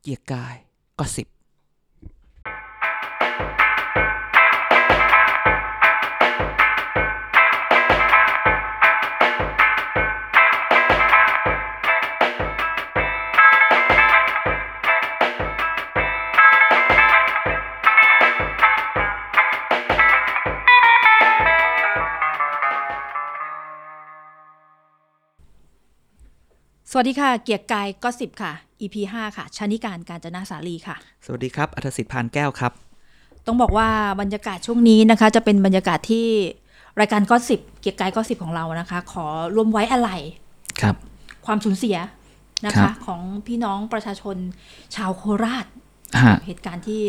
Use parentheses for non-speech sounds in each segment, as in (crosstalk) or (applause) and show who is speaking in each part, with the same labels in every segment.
Speaker 1: เกียร์กายก็สิบ
Speaker 2: สวัสดีค่ะ เกียร์กายก็สิบค่ะ EP 5ค่ะชานิการการจนาสาลีค่ะ
Speaker 1: สวัสดีครับอัธสิทธิ์พานแก้วครับ
Speaker 2: ต้องบอกว่าบรรยากาศช่วงนี้นะคะ จะเป็นบรรยากาศที่รายการก็สิบเกียร์กายก็สิบของเรานะคะ ขอร่วมไว้อะไร
Speaker 1: ครับ
Speaker 2: ความสูญเสียนะ
Speaker 1: ครั
Speaker 2: คะ
Speaker 1: บ
Speaker 2: ของพี่น้องประชาชนชาวโคราช
Speaker 1: ฮะ
Speaker 2: เหตุการณ์ที่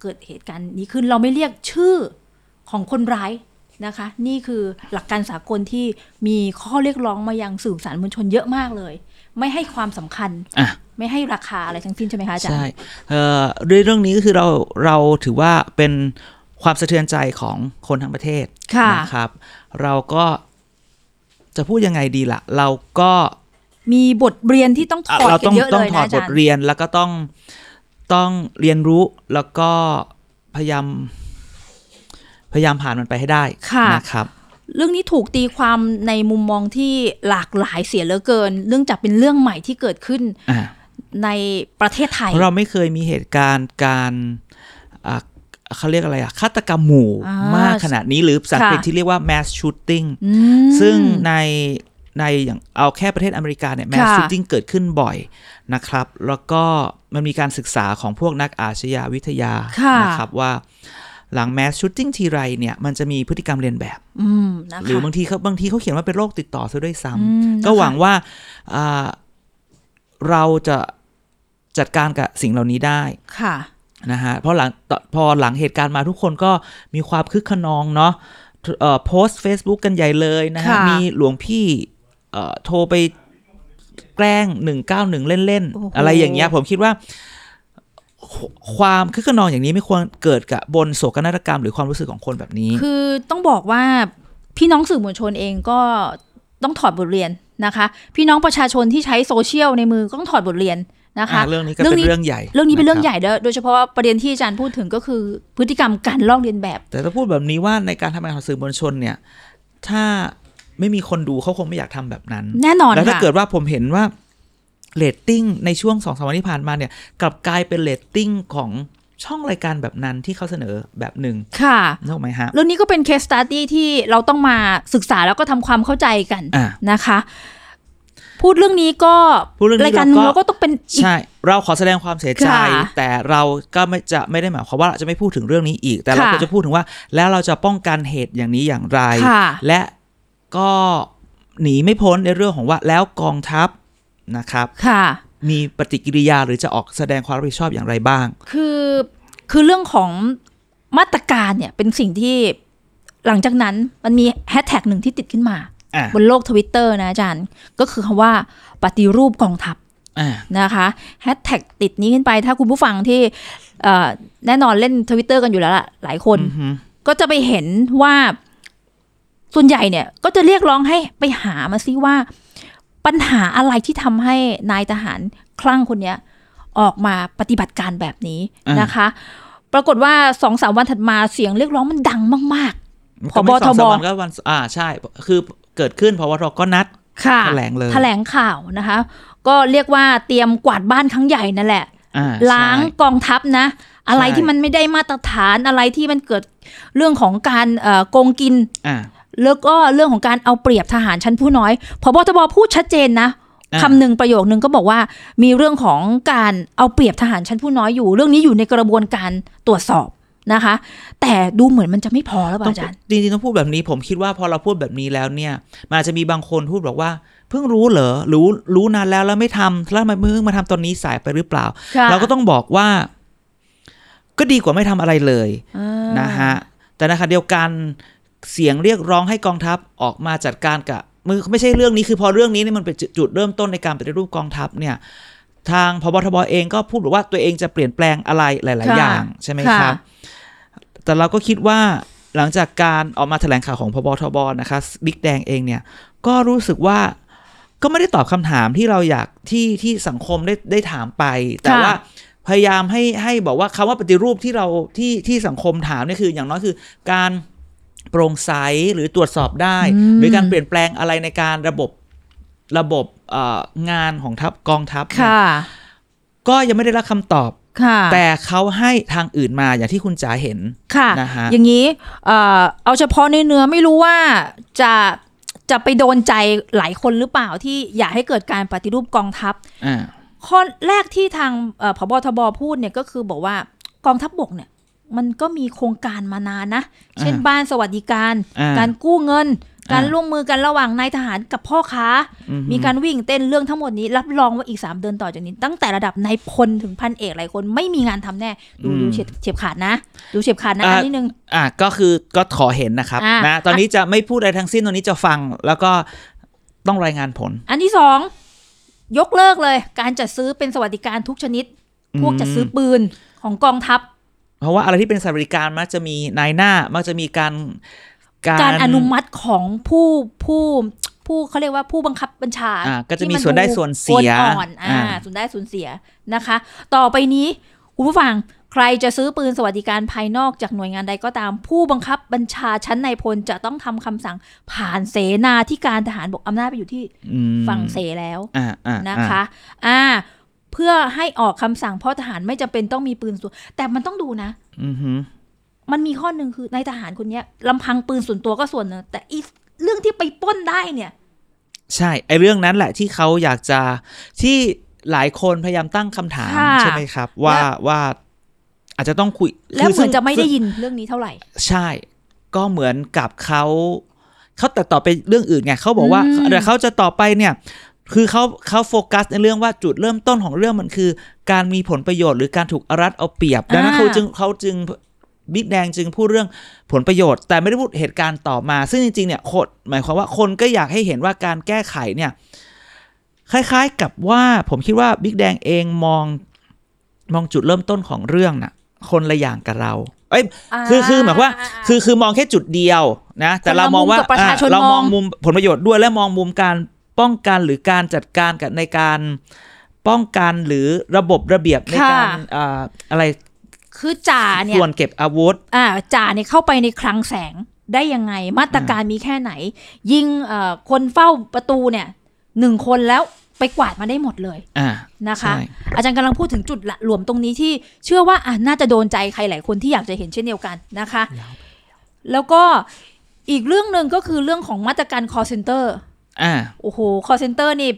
Speaker 2: เกิดเหตุการณ์นี้ขึ้นเราไม่เรียกชื่อของคนร้ายนะคะ นี่คือหลักการสากลที่มีข้อเรียกร้องมายังสื่อสารมวลชนเยอะมากเลย ไม่ให้ความสำคัญ
Speaker 1: อ่ะ
Speaker 2: ไม่ให้ราคาอะไรทั้งสิ้นใช่ไหมคะอาจารย์
Speaker 1: ใช่เอ่อด้วยเรื่องนี้ก็คือเราเราถือว่าเป็นความสะเทือนใจของคนทั้งประเทศ
Speaker 2: ค่ะ
Speaker 1: นะครับ เราก็จะพูดยังไงดีละ่ะ เราก็
Speaker 2: มีบทเรียนที่ต้องถ
Speaker 1: อ่ะ
Speaker 2: อด
Speaker 1: เรา
Speaker 2: กั
Speaker 1: ต้อน ง
Speaker 2: เยอะ
Speaker 1: ต้อ
Speaker 2: เล
Speaker 1: ง
Speaker 2: ย
Speaker 1: ถอด
Speaker 2: นะอา
Speaker 1: บ
Speaker 2: จาร
Speaker 1: ท
Speaker 2: ย์
Speaker 1: เรียนแล้วก็ต้องต้องเรียนรู้แล้วก็พยายามพยายามผ่านมันไปให้ได้
Speaker 2: ค่ะ
Speaker 1: นะครับ
Speaker 2: เรื่องนี้ถูกตีความในมุมมองที่หลากหลายเสียเหลือเกิน เรื่องจากเป็นเรื่องใหม่ที่เกิดขึ้น
Speaker 1: อ่า
Speaker 2: ในประเทศไทย
Speaker 1: เพราะเราไม่เคยมีเหตุการณ์การอ่ะเขาเรียกอะไรอะฆาตกรรมหมู่
Speaker 2: อ่าม
Speaker 1: ากขนาดนี้หรือภาษาอังกฤษ
Speaker 2: ค่ะ
Speaker 1: ที่เรียกว่า mass shooting
Speaker 2: อืม
Speaker 1: ซึ่งในในอย่างเอาแค่ประเทศอเมริกาเนี่ยแมส
Speaker 2: ค่ะ
Speaker 1: ซิติ้งเกิดขึ้นบ่อยนะครับ แล้วก็มันมีการศึกษาของพวกนักอาชญาวิทยานะครับว่าหลังแมสชูตติ้งทีไรเนี่ยมันจะมีพฤติกรรมเรียนแบบ
Speaker 2: อืมนะคะ
Speaker 1: หรือบางทีเขาบางทีเขาเขียนว่าเป็นโรคติดต่อซะด้วยซ้ำ
Speaker 2: อืมนะคะ
Speaker 1: ก็หวังว่าอ่าเราจะจัดการกับสิ่งเหล่านี้ได้
Speaker 2: ค่ะ
Speaker 1: นะฮะเพราะหลังตพอหลังเหตุการณ์มาทุกคนก็มีความคึกขนองเนาะเอ่อโพสต์ Facebook กันใหญ่เลยนะฮะ
Speaker 2: ค่ะ
Speaker 1: มีหลวงพี่เอ่อโทรไปแกล้ง 191 เล่น
Speaker 2: โโห
Speaker 1: ๆ อะไรอย่างเงี้ยผมคิดว่าขความคึกขนองอย่างนี้ไม่ควรเกิดกับบนโศกนาฏกรรมหรือความรู้สึกของคนแบบนี้
Speaker 2: คือต้องบอกว่าพี่น้องสื่อมวลชนเองก็ต้องถอดบทเรียนนะคะ พี่น้องประชาชนที่ใช้โซเชียลในมือก็ต้องถอดบทเรียนนะคะ
Speaker 1: อ่ะเรื่องนี้ก็เป็นเรื่องใหญ่
Speaker 2: เรื่องนี้เป็นเรื่อง
Speaker 1: ะคบ
Speaker 2: ใหญ่เด้อโดยเฉพาะประเด็นที่อาจารย์พูดถึงก็คือพฤติกรรมการลอกเลียนแบบ
Speaker 1: แต่ถ้าพูดแบบนี้ว่าในการทำงานของสื่อมวลชนเนี่ย ถ้าไม่มีคนดูเขาคงไม่อยากทำแบบนั้น
Speaker 2: แน่นอน
Speaker 1: แล้วถ้า
Speaker 2: ค่ะ
Speaker 1: เกิดว่าผมเห็นว่าเรตติ้งในช่วงสองสามวันที่ผ่านมาเนี่ยกลับกลายเป็นเรตติ้งของช่องรายการแบบนั้นที่เขาเสนอแบบหนึ่ง
Speaker 2: ค่ะ
Speaker 1: นึกออกไหมฮะ
Speaker 2: เรื่องนี้ก็เป็นเคส e ตัดดี้ที่เราต้องมาศึกษาแล้วก็ทำความเข้าใจกัน
Speaker 1: อ่ะ
Speaker 2: นะคะ พูดเรื่องนี้ก็
Speaker 1: พูดเรื่องนี้
Speaker 2: รายการ
Speaker 1: เราก็
Speaker 2: เราก็ต้องเป็นอีก
Speaker 1: ใช่ เราขอแสดงความเสียใจ
Speaker 2: ค่ะ
Speaker 1: แต่เราก็ไม่จะไม่ได้หมายความว่าเราจะไม่พูดถึงเรื่องนี้อีก แต่เรา
Speaker 2: ค่ะ
Speaker 1: ก็จะพูดถึงว่า แล้วเราจะป้องกันเหตุอย่างนี้อย่างไร
Speaker 2: ค่ะ
Speaker 1: และก็หนีไม่พ้นในเรื่องของว่าแล้วกองทัพนะครับ
Speaker 2: ค่ะ
Speaker 1: มีปฏิกิริยาหรือจะออกแสดงความรับผิดชอบอย่างไรบ้าง
Speaker 2: คือคือเรื่องของมาตรการเนี่ยเป็นสิ่งที่หลังจากนั้นมันมีแฮชแท็กหนึ่งที่ติดขึ้นมา
Speaker 1: อ่ะ
Speaker 2: บนโลกทวิตเตอร์นะอาจารย์ ก็คือคำว่าปฏิรูปกองทัพ
Speaker 1: อ่ะ
Speaker 2: นะคะแฮชแท็กติดนี้ขึ้นไปถ้าคุณผู้ฟังที่เอ่อแน่นอนเล่นทวิตเตอร์กันอยู่แล้วล่ะ หลายคน
Speaker 1: อือฮึ
Speaker 2: ก็จะไปเห็นว่าส่วนใหญ่เนี่ย ก็จะเรียกร้องให้ไปหามาซิว่า ปัญหาอะไรที่ทำให้นายทหารคลั่งคนเนี้ย ออกมาปฏิบัติการแบบนี้นะคะ ปรากฏว่าสองสามวันถัดมาเสียงเรียกร้องมันดังมาก
Speaker 1: ก็ไม่
Speaker 2: พบ
Speaker 1: สอง
Speaker 2: ท
Speaker 1: สาม
Speaker 2: บ
Speaker 1: วันก็วันอ่าใช่ คือเกิดขึ้นพบทก็นัด
Speaker 2: ๆ ค่ะ
Speaker 1: แถลงเลย
Speaker 2: แถลงข่าวนะคะ ก็เรียกว่าเตรียมกวาดบ้านครั้งใหญ่นั่นแหละ
Speaker 1: อ่
Speaker 2: ล้าง
Speaker 1: ใช่
Speaker 2: กองทัพนะ อะไร
Speaker 1: ใช่
Speaker 2: ที่มันไม่ได้มาตรฐานอะไรที่มันเกิดเรื่องของการเอ่อโกงกิน
Speaker 1: อ่า
Speaker 2: แล้วก็เรื่องของการเอาเปรียบทหารชั้นผู้น้อยพบทบพูดชัดเจนนะ
Speaker 1: อ่า
Speaker 2: คำหนึ่งประโยคนึงก็บอกว่ามีเรื่องของการเอาเปรียบทหารชั้นผู้น้อยอยู่ เรื่องนี้อยู่ในกระบวนการตรวจสอบนะคะ แต่ดูเหมือนมันจะไม่พอแล้วป่ะ
Speaker 1: ต้อง
Speaker 2: อาจารย์
Speaker 1: จริงๆต้องพูดแบบนี้ ผมคิดว่าพอเราพูดแบบนี้แล้วเนี่ยมันอาจจะมีบางคนพูดบอกว่า เพิ่งรู้เหรอรู้รู้นานแล้วแล้วไม่ทำแล้วทำไมเพิ่งมาทำตอนนี้สายไปหรือเปล่า
Speaker 2: ค่ะ
Speaker 1: เราก็ต้องบอกว่า ก็ดีกว่าไม่ทำอะไรเลย
Speaker 2: อ่า
Speaker 1: นะฮะ แต่นะคะเดียวกันเสียงเรียกร้องให้กองทัพออกมาจัดการกับมือไม่ใช่เรื่องนี้คือพอเรื่องนี้เนี่ยมันเป็นจุดจุดเริ่มต้นในการปฏิรูปกองทัพเนี่ย ทางพบทบเองก็พูดบอกว่าตัวเองจะเปลี่ยนแปลงอะไรหลาย ๆ
Speaker 2: ค่ะ
Speaker 1: อย่างใช่ไหม
Speaker 2: ค่ะ
Speaker 1: ครับ แต่เราก็คิดว่าหลังจากการออกมาแถลงข่าวของพบทบนะคะบิ๊กแดงเองเนี่ย ก็รู้สึกว่าก็ไม่ได้ตอบคำถามที่เราอยากที่ที่สังคมได้ได้ถามไป แต่
Speaker 2: ค่ะ
Speaker 1: ว่า พยายามให้ให้บอกว่าคำว่าปฏิรูปที่เราที่ที่สังคมถามเนี่ยคือ อย่างน้อยคือการโปร่งใสหรือตรวจสอบได้
Speaker 2: อืม
Speaker 1: หรือการเปลี่ยนแปลงอะไรในการระบบระบบเอ่องานของทัพกองทัพเนี่ย
Speaker 2: ค่ะ
Speaker 1: ก็ยังไม่ได้รับคำตอบ
Speaker 2: ค่ะ
Speaker 1: แต่เขาให้ทางอื่นมาอย่างที่คุณจ๋าเห็น
Speaker 2: ค่ะ
Speaker 1: นะฮะ
Speaker 2: อย่างนี้เอ่อเอาเฉพาะในเนื้อไม่รู้ว่าจะจะไปโดนใจหลายคนหรือเปล่าที่อยากให้เกิดการปฏิรูปกองทัพ
Speaker 1: อ่า
Speaker 2: ข้อแรกที่ทางเอ่อผบทบพูดเนี่ยก็คือบอกว่ากองทัพบบกเนี่ยมันก็มีโครงการมานานนะ เช่นบ้านสวัสดิการ
Speaker 1: อ่
Speaker 2: การกู้เงิน
Speaker 1: อ่า
Speaker 2: การร่วมมือกันระหว่างนายทหารกับพ่อค้า
Speaker 1: อือฮึ
Speaker 2: มีการวิ่งเต้นเรื่องทั้งหมดนี้ รับรองว่าอีก 3 เดือนต่อจากนี้ ตั้งแต่ระดับนายพลถึงพันเอกหลายคนไม่มีงานทำแน่ ดูดูเฉียบเฉียบขาดนะ ดูเฉียบขาดนะอันนิดนึง
Speaker 1: อ่ะก็คือก็ขอเห็นนะครับ
Speaker 2: อ่ะ
Speaker 1: นะตอนนี้จะไม่พูดอะไรทั้งสิ้นตอนนี้จะฟังแล้วก็ต้องรายงานผล
Speaker 2: อันที่ 2 ยกเลิกเลย การจัดซื้อเป็นสวัสดิการทุกชนิด พวกจัดซื้อปืนของกองทัพ
Speaker 1: เพราะว่าอะไรที่เป็นสวัสดิการมักจะมีนายหน้ามักจะมีการ
Speaker 2: การอนุมัติของผู้ผู้ผู้เขาเรียกว่าผู้บังคับบัญชา
Speaker 1: อ่าก็จะมี
Speaker 2: ที่
Speaker 1: ส่วนได้ส่วนเสีย
Speaker 2: อ่อนๆอ่า
Speaker 1: า
Speaker 2: ส่วนได้ส่วนเสียนะคะ ต่อไปนี้คุณผู้ฟังใครจะซื้อปืนสวัสดิการภายนอกจากหน่วยงานใดก็ตาม ผู้บังคับบัญชาชั้นนายพลจะต้องทำคำสั่งผ่านเสนาที่การทหารบกอำนาจไปอยู่ที่
Speaker 1: อืม
Speaker 2: ฝั่งเสแล้ว
Speaker 1: อ่าอ่า
Speaker 2: นะคะ อ่า เพื่อให้ออกคำสั่งเพราะทหารไม่จำเป็นต้องมีปืนส่วนแต่มันต้องดูนะ
Speaker 1: อือหือ
Speaker 2: มันมีข้อหนึ่งคือนายทหารคนเนี้ยลำพังปืนส่วนตัวก็ส่วนหนึ่งแต่อีเรื่องที่ไปปล้นได้เนี่ย
Speaker 1: ใช่ไอเรื่องนั้นแหละที่เขาอยากจะที่หลายคนพยายามตั้งคำถาม
Speaker 2: ค่ะ
Speaker 1: ใช่ไหมครับ ว่า
Speaker 2: และ
Speaker 1: ว่าอาจจะต้องคุย
Speaker 2: แล้ว
Speaker 1: คื
Speaker 2: เหมือน
Speaker 1: ซึ่ง
Speaker 2: จะไม่
Speaker 1: ซึ่
Speaker 2: ได้
Speaker 1: ง
Speaker 2: ยินเรื่องนี้เท่าไหร่
Speaker 1: ใช่ ก็เหมือนกับเขาเขาแต่ต่อไปเรื่องอื่นไงเขาบอกว่า
Speaker 2: อืม
Speaker 1: เดี๋ยวเขาจะต่อไปเนี่ย คือเขาเขาโฟกัสในเรื่องว่าจุดเริ่มต้นของเรื่องมันคือ การมีผลประโยชน์หรือการถูกเอารัดเอาเปรียบดังนั้นเขาจึงเขาจึงบิ๊กแดงจึงพูดเรื่องผลประโยชน์ แต่ไม่ได้พูดเหตุการณ์ต่อมา ซึ่งจริงๆเนี่ยคนหมายความว่าคนก็อยากให้เห็นว่าการแก้ไขเนี่ย คล้ายๆกับว่าผมคิดว่าบิ๊กแดงเองมองมองจุดเริ่มต้นของเรื่องน่ะ คนละอย่างกับเราเอ้ย คือคือหมายความว่าคือคือมองแค่จุดเดียวนะ แต่
Speaker 2: คนละ
Speaker 1: เรามองว่า
Speaker 2: มุมกับประชาชน
Speaker 1: อ่ะเรามอง
Speaker 2: มอง
Speaker 1: มุมผลประโยชน์ด้วยและมองมุมการป้องกันหรือการจัดการกับในการป้องกันหรือระบบระเบียบในการอ่าอะไร
Speaker 2: คือจ่าเนี่ย
Speaker 1: ส่วนเก็บอาวุธ
Speaker 2: อ่าจ่าเนี่ยเข้าไปในคลังแสงได้ยังไง มาตรการมีแค่ไหน ยิงเอ่อคนเฝ้าประตูเนี่ยหนึ่งคนแล้วไปกวาดมาได้หมดเลย
Speaker 1: อ่า
Speaker 2: นะ
Speaker 1: ใช่
Speaker 2: คะ อาจารย์กำลังพูดถึงจุดละหลวมตรงนี้ที่เชื่อว่าอ่ะน่าจะโดนใจใครหลายคนที่อยากจะเห็นเช่นเดียวกันนะคะ แล้วก็อีกเรื่องหนึ่งก็คือเรื่องของมาตรการ call center
Speaker 1: อ่า
Speaker 2: โอ้โห call center นี่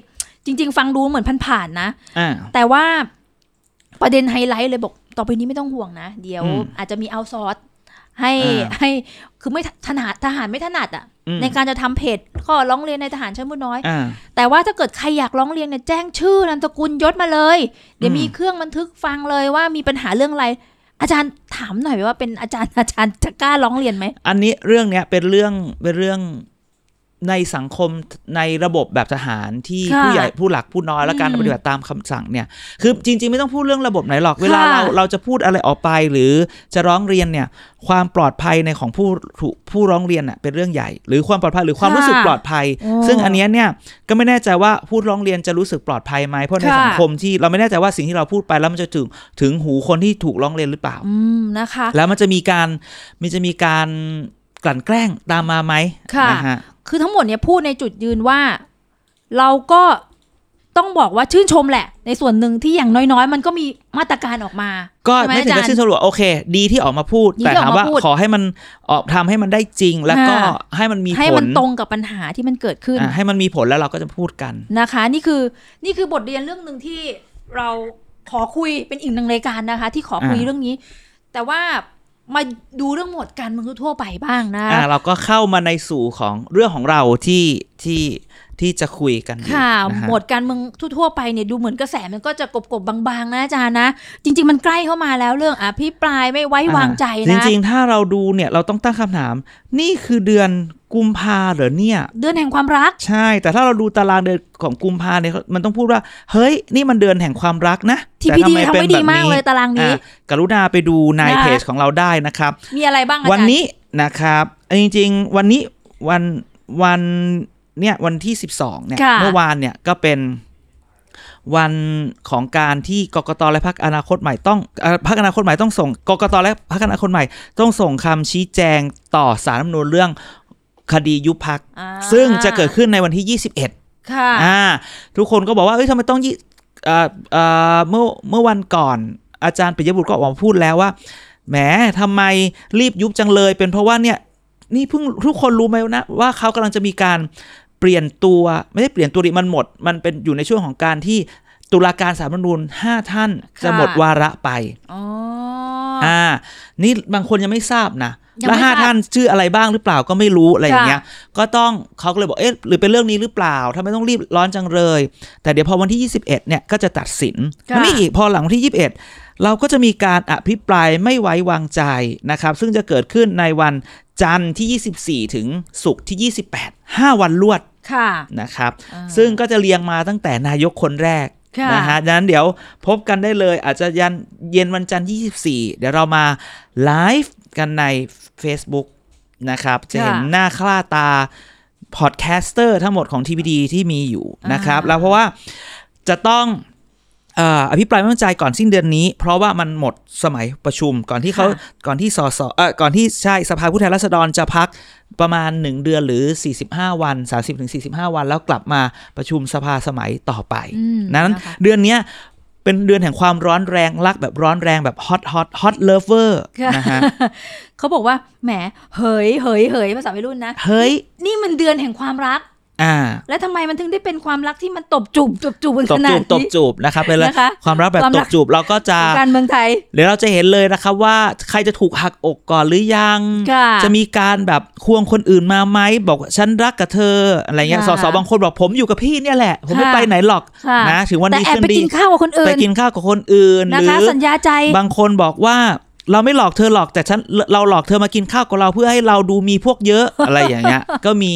Speaker 2: จริง ๆ ฟังดูเหมือนผ่านๆนะ
Speaker 1: อ่า
Speaker 2: แต่ว่าประเด็นไฮไลท์เลยบอกต่อไปนี้ไม่ต้องห่วงนะ เดี๋ยว
Speaker 1: อืม
Speaker 2: อาจจะมีเอาซอร์สให้
Speaker 1: อ่า
Speaker 2: ให้คือไม่ถนัดทหารไม่ถนัดอะ่ะ
Speaker 1: อืม
Speaker 2: ในการจะทำเพจก็ร้องเรียนในทหารชั้นผู้น้อย
Speaker 1: อ่า
Speaker 2: แต่ว่าถ้าเกิดใครอยากร้องเรียนเนี่ยแจ้งชื่อนามสกุลยศมาเลย เดี๋ยว
Speaker 1: อืม
Speaker 2: มีเครื่องบันทึกฟังเลยว่ามีปัญหาเรื่องอะไร อาจารย์ถามหน่อยว่าเป็นอาจารย์อาจารย์จะกล้าร้องเรียนไหม
Speaker 1: อันนี้เรื่องเนี้ยเป็นเรื่องเป็นเรื่องในสังคมในระบบแบบทหารที่
Speaker 2: ค่ะ
Speaker 1: ผู้ใหญ่ผู้หลักผู้น้อยและการ
Speaker 2: อืม
Speaker 1: ปฏิบัติตามคำสั่งเนี่ย คือจริง ๆ ไม่ต้องพูดเรื่องระบบไหนหรอกเวลา
Speaker 2: ค่ะ
Speaker 1: เราเราจะพูดอะไรออกไปหรือจะร้องเรียนเนี่ย ความปลอดภัยในของผู้ถูกผู้ร้องเรียนน่ะเป็นเรื่องใหญ่ หรือความปลอดภัยหรือความรู้สึกปลอดภัย ซึ่งอันเนี้ยเนี่ยก็ไม่แน่ใจว่าผู้ร้องเรียนจะรู้สึกปลอดภัยไหมเพราะใน
Speaker 2: ค่ะ
Speaker 1: สังคมที่เราไม่แน่ใจว่าสิ่งที่เราพูดไปแล้วมันจะถึงถึงหูคนที่ถูกร้องเรียนหรือเปล่า
Speaker 2: อืมนะคะ
Speaker 1: แล้วมันจะมีการมันจะมีการกลั่นแกล้งตามมาไหม
Speaker 2: ค่ะ
Speaker 1: นฮ
Speaker 2: คือทั้งหมดเนี่ยพูดในจุดยืนว่า เราก็ต้องบอกว่าชื่นชมแหละ ในส่วนหนึ่งที่อย่างน้อยๆ มันก็มีมาตรการออกมา
Speaker 1: ก็
Speaker 2: ใช่ไหม
Speaker 1: ไม่ถึ
Speaker 2: อางจาร
Speaker 1: กับ
Speaker 2: ย์
Speaker 1: ชื่นชมหรอกโอเค ดีที่ออกมาพูด
Speaker 2: ดีที่
Speaker 1: แต่ถามว่า
Speaker 2: ออกมาพูด
Speaker 1: ขอให้มันออกทำให้มันได้จริง แล้วก็
Speaker 2: ค่ะ
Speaker 1: ให้มันมีผล
Speaker 2: ให้มันตรงกับปัญหาที่มันเกิดขึ้น
Speaker 1: อ่ะให้มันมีผลแล้วเราก็จะพูดกัน
Speaker 2: นะคะนี่คือนี่คือบทเรียนเรื่องหนึ่งที่เราขอคุยเป็นอีกหนึ่งรายการนะคะ ที่ขอคุย
Speaker 1: อ่า
Speaker 2: เรื่องนี้ แต่ว่ามาดูเรื่องหมวดการเมืองทั่วๆไปบ้างนะ
Speaker 1: อ่ะเราก็เข้ามาในสู่ของเรื่องของเราที่ที่ที่จะคุยกันอยู่
Speaker 2: ค่ะ
Speaker 1: นะฮะ
Speaker 2: หมวดการเมืองทั่วๆไปเนี่ยดูเหมือนกระแสมันก็จะกบๆบางๆนะอาจารย์นะ จริง ๆ มันใกล้เข้ามาแล้วเรื่องอภิปรายไม่ไว้วางใจ
Speaker 1: จ
Speaker 2: นะ
Speaker 1: ริงๆ ถ้าเราดูเนี่ยเราต้องตั้งคำถาม นี่คือเดือนกุมภาเหรอเนี่ย
Speaker 2: เดือนแห่งความรัก
Speaker 1: ใช่ แต่ถ้าเราดูตารางเดือนของกุมภาเนี่ยมันต้องพูดว่า เฮ้ย นี่มันเดือนแห่งความรักนะ
Speaker 2: ที่
Speaker 1: แต่
Speaker 2: พี่ดี
Speaker 1: ม
Speaker 2: ทำไว้
Speaker 1: ป็น
Speaker 2: ดี
Speaker 1: แบบ
Speaker 2: มากเลยตารางนี้
Speaker 1: อ่ะกรุณาไปดูใน
Speaker 2: นะคะ
Speaker 1: เพจของเราได้นะครับ
Speaker 2: มีอะไรบ้างอาจารย์
Speaker 1: วันนี้นะครับจริงๆ วันนี้วันวันเนี่ยวันที่ 12เนี่ย
Speaker 2: ค่ะ
Speaker 1: เมื่อวานเนี่ยก็เป็น วันของการที่กกตและพักอนาคตใหม่ต้องเอ่อพักอนาคตใหม่ต้องส่งกกตและพักอนาคตใหม่ ต้องส่งคำชี้แจงต่อสารรัฐธรรมนูญเรื่องคดียุบพัก
Speaker 2: อ่า
Speaker 1: ซึ่งจะเกิดขึ้นในวันที่ 21
Speaker 2: ค่ะ
Speaker 1: อ่าทุกคนก็บอกว่าเอ้ยทำไมต้องยี่เอ่อเอ่อเมื่อเมื่อวันก่อนอาจารย์ปิยบุตรก็ออกมาพูดแล้วว่าแหมทำไมรีบยุบจังเลย เป็นเพราะว่าเนี่ยนี่เพิ่งทุกคนรู้ไหมนะว่าเขากำลังจะมีการเปลี่ยนตัวไม่ใช่เปลี่ยนตัวดิมันหมด มันเป็นอยู่ในช่วงของการที่ตุลาการสาลรฐธรรมนูญห้าท่านจะ
Speaker 2: ค่ะ
Speaker 1: หมดวาระไป
Speaker 2: อ๋อ
Speaker 1: อ่านี่บางคนยังไม่ทราบนะ
Speaker 2: ยัง
Speaker 1: และ
Speaker 2: ไม่
Speaker 1: ห้า
Speaker 2: ทราบ
Speaker 1: ท่านชื่ออะไรบ้างหรือเปล่าก็ไม่รู้อะไรอย่างเงี้ย ก็ต้องเขาก็เลยบอกเอ๊ะหรือเป็นเรื่องนี้หรือเปล่าทำไมต้องรีบร้อนจังเลย แต่เดี๋ยวพอวันที่ 21เนี่ยก็จะตัดสิน
Speaker 2: ค่ะ
Speaker 1: มันมีอีกพอหลังวันที่ 21 เราก็จะมีการอภิปรายไม่ไว้วางใจนะครับ ซึ่งจะเกิดขึ้นในวันจันทร์ที่ 24 ถึงศุกร์ที่ 28 5 วันรวด
Speaker 2: ค่ะ
Speaker 1: นะครับ
Speaker 2: อ่า
Speaker 1: ซึ่งก็จะเรียงมาตั้งแต่นายกคนแรก
Speaker 2: ค่ะ
Speaker 1: นะฮะดังนั้นเดี๋ยวพบกันได้เลยอาจจะยันเย็นวันจันทร์ 24 เดี๋ยวเรามาไลฟ์กันใน Facebook นะครับ จะเห็น
Speaker 2: ค่ะ
Speaker 1: หน้าค่าตา พอดแคสเตอร์ทั้งหมดของทีวีดีที่มีอยู่นะครับ
Speaker 2: อ่า
Speaker 1: แล้วเพราะว่าจะต้องเอ่ออภิปรายไม่ไว้วางใจก่อนสิ้นเดือนนี้ เพราะว่ามันหมดสมัยประชุมก่อนที่เขาก่อนที่สสเอ่อก่อนที่ใช่สภาผู้แทนราษฎรจะพัก ประมาณ 1 เดือนหรือ 45 วัน 30-45 วันแล้วกลับมาประชุมสภาสมัยต่อไป
Speaker 2: อืม
Speaker 1: นั้น
Speaker 2: ค
Speaker 1: เดือนเนี้ยเป็นเดือนแห่งความร้อนแรงรักแบบร้อนแรงแบบฮอตฮอตฮอตเลเวอร์
Speaker 2: ค่ะ
Speaker 1: นะฮะ
Speaker 2: เขาบอกว่าแหมเหยเหยเหยภาษาวัยรุ่นนะ
Speaker 1: เฮ้ย
Speaker 2: นี่มันเดือนแห่งความรัก
Speaker 1: อ่า
Speaker 2: แล้วทำไมมันถึงได้เป็นความรักที่มันตบจูบตบจูบกัน
Speaker 1: ต
Speaker 2: ข
Speaker 1: บ
Speaker 2: นา
Speaker 1: จู
Speaker 2: ด
Speaker 1: บตบ
Speaker 2: นี้
Speaker 1: จูบนะครับเป็นเลย
Speaker 2: นะคะ
Speaker 1: ความรักแบบ
Speaker 2: ความ
Speaker 1: ต
Speaker 2: รัก
Speaker 1: บจูบเราก็จะ
Speaker 2: ของการเมืองไทย
Speaker 1: เดี๋ยวเราจะเห็นเลยนะครับว่าใครจะถูกหักอกก่อนหรือยัง
Speaker 2: ค่ะ
Speaker 1: จะมีการแบบควงคนอื่นมาไหมบอกว่าฉันรักกับเธออะไรเงี้ยส
Speaker 2: ค่ะ
Speaker 1: สบางคนบอกผมอยู่กับพี่เนี่ยแหละ ผมไม่
Speaker 2: ค่ะ
Speaker 1: ไปไหนหรอก
Speaker 2: ค่ะ
Speaker 1: นะถึงวัน
Speaker 2: แต่
Speaker 1: นี้
Speaker 2: แอบ
Speaker 1: ขึ้น
Speaker 2: ไป
Speaker 1: ดี
Speaker 2: กินข้าวกับคนอื่
Speaker 1: ไป
Speaker 2: น
Speaker 1: กินข้าวกับคนอื่น
Speaker 2: นะ
Speaker 1: หรื
Speaker 2: คะ
Speaker 1: อ
Speaker 2: สัญญาใจ
Speaker 1: บางคนบอกว่าเราไม่หลอกเธอหรอกแต่ฉันเราหลอกเธอมากินข้าวกับเราเพื่อให้เราดูมีพวกเย
Speaker 2: (laughs)
Speaker 1: อะอะไรอย่างเงี้ย ก็มี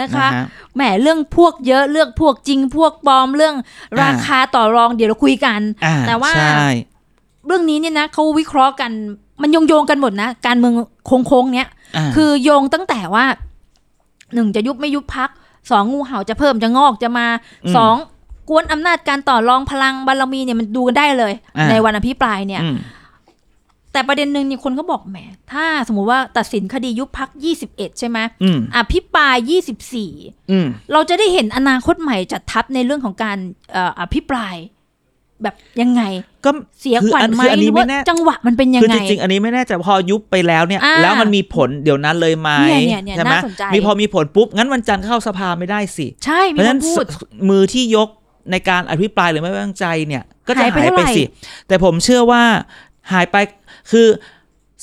Speaker 2: นะคะ
Speaker 1: นะฮะ
Speaker 2: แหมเรื่องพวกเยอะเรื่องพวกจริงพวกปลอมเรื่องราคาต่อรองเดี๋ยวเราคุยกัน
Speaker 1: อ่า
Speaker 2: แต่ว่า
Speaker 1: ใช่
Speaker 2: เรื่องนี้เนี่ยนะเขาวิเคราะห์กันมันโยงโยงๆกันหมดนะ การเมืองโค้งๆเนี้ย
Speaker 1: า
Speaker 2: คือโยงตั้งแต่ว่าหนึ่งจะยุบไม่ยุบพักสองงูเห่าจะเพิ่มจะงอกจะมาสองกวนอำนาจการต่อรองพลังบารมีเนี่ยมันดูกันได้เลย
Speaker 1: า
Speaker 2: ในวันอภิปรายเนี่ย
Speaker 1: อืม
Speaker 2: แต่ประเด็นหนึ่งนี่คนเขาบอกแหมถ้าสมมุติว่าตัดสินคดียุบพัก 21 ใช่ไหม
Speaker 1: อืม
Speaker 2: อภิปราย
Speaker 1: อืม
Speaker 2: 24 เราจะได้เห็นอนาคตใหม่จัดทัพในเรื่องของการเอ่ออภิปราย แบบยังไง
Speaker 1: ก็
Speaker 2: เสียขวัญไหม
Speaker 1: คืออัน
Speaker 2: ห
Speaker 1: นี้
Speaker 2: รือว่า
Speaker 1: ไม่แน่
Speaker 2: จังหวะมันเป็นยัง
Speaker 1: คือ
Speaker 2: ไง
Speaker 1: จริงๆ อันนี้ไม่แน่ใจพอยุบไปแล้วเนี่ย
Speaker 2: อ่า
Speaker 1: แล้วมันมีผลเดี๋ยวนั้นเลยไหม
Speaker 2: เนี่ยเนี่ยเนี่ย
Speaker 1: ใช่ไหม
Speaker 2: น่าสนใจ
Speaker 1: มีพอมีผลปุ๊บ งั้นวันจันทร์เข้าสภาไม่ได้สิ
Speaker 2: ใช่มี
Speaker 1: เพราะฉะ
Speaker 2: ค
Speaker 1: นั้น
Speaker 2: นพูด
Speaker 1: มือที่ยกในการอภิปรายหรือไม่ไว้วางใจเนี่ย ก็จะ
Speaker 2: หายไป
Speaker 1: หาย
Speaker 2: เท่า
Speaker 1: ไป
Speaker 2: ไหร่
Speaker 1: สิ แต่ผมเชื่อว่าหายไปคือ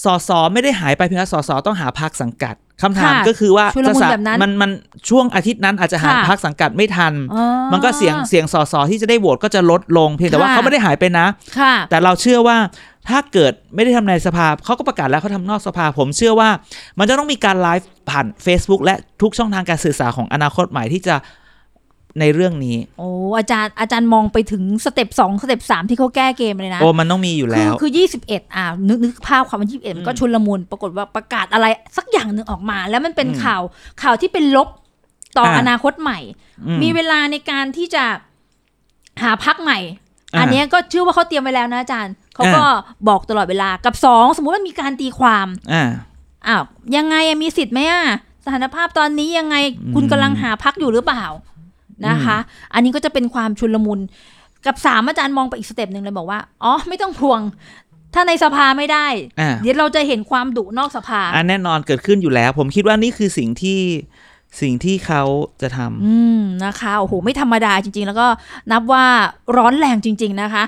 Speaker 1: สสไม่ได้หายไปเพียงแต่สสต้องหาพักสังกัดคำถามก็คือว่า
Speaker 2: ชุลมุน
Speaker 1: จะสะ
Speaker 2: แบบนั้น
Speaker 1: มันมันช่วงอาทิตย์นั้นอาจจะหา
Speaker 2: ค่ะ
Speaker 1: พักสังกัดไม่ทัน
Speaker 2: อ๋อ
Speaker 1: มันก็เสียงเสียงสสที่จะได้โหวตก็จะลดลงเพียงแต่ว่า
Speaker 2: ค่ะ
Speaker 1: เขาไม่ได้หายไปนะ
Speaker 2: ค่ะ
Speaker 1: แต่เราเชื่อว่าถ้าเกิดไม่ได้ทำในสภาเขาก็ประกาศแล้วเขาทำนอกสภา ผมเชื่อว่า มันจะต้องมีการไลฟ์ผ่าน Facebook และทุกช่องทางการสื่อสารของอนาคตใหม่ที่จะในเรื่องนี้
Speaker 2: โอ้อาจารย์อาจารย์มองไปถึงสเต็ปสองสเต็ปสามที่เขาแก้เกมเลยนะ
Speaker 1: โอ้มันต้องมีอยู่
Speaker 2: คื
Speaker 1: แล้ว
Speaker 2: คือยี่สิบเอ็ดอ่านึกนึกภาพความว่ายี่สิบเอ็ดมันก็
Speaker 1: อืม
Speaker 2: ชุลมุนปรากฏว่าประกาศอะไรสักอย่างหนึ่งออกมา แล้วมันเป็น
Speaker 1: อืม
Speaker 2: ข่าวข่าวที่เป็นลบต่อ
Speaker 1: อ่า
Speaker 2: อนาคตใหม่
Speaker 1: อื
Speaker 2: มีเวลาในการที่จะหาพักใหม่ อันเนี้ยก็เชื่อว่าเขาเตรียมไว้แล้วนะอาจารย์เขาก็บอกตลอดเวลากับสองสมมุติว่ามีการตีความ
Speaker 1: อ่า
Speaker 2: อ้าวยังไงอะมีสิทธิ์ไหมอ่ะสถานภาพตอนนี้ยังไง
Speaker 1: อืม
Speaker 2: คุณกำลังหาพักอยู่หรือเปล่านะคะ อันนี้ก็จะเป็นความชุลมุน กับสามอาจารย์มองไปอีกสเต็ปหนึ่งเลยบอกว่าอ๋อไม่ต้องพวง ถ้าในสภาไม่ได้
Speaker 1: อ่า
Speaker 2: เดี๋ยวเราจะเห็นความดุนอกสภา
Speaker 1: อันแน่นอนเกิดขึ้นอยู่แล้ว ผมคิดว่านี่คือสิ่งที่สิ่งที่เขาจะทำ
Speaker 2: อืมนะคะโอ้โหไม่ธรรมดาจริง ๆ แล้วก็นับว่าร้อนแรงจริง ๆนะคะ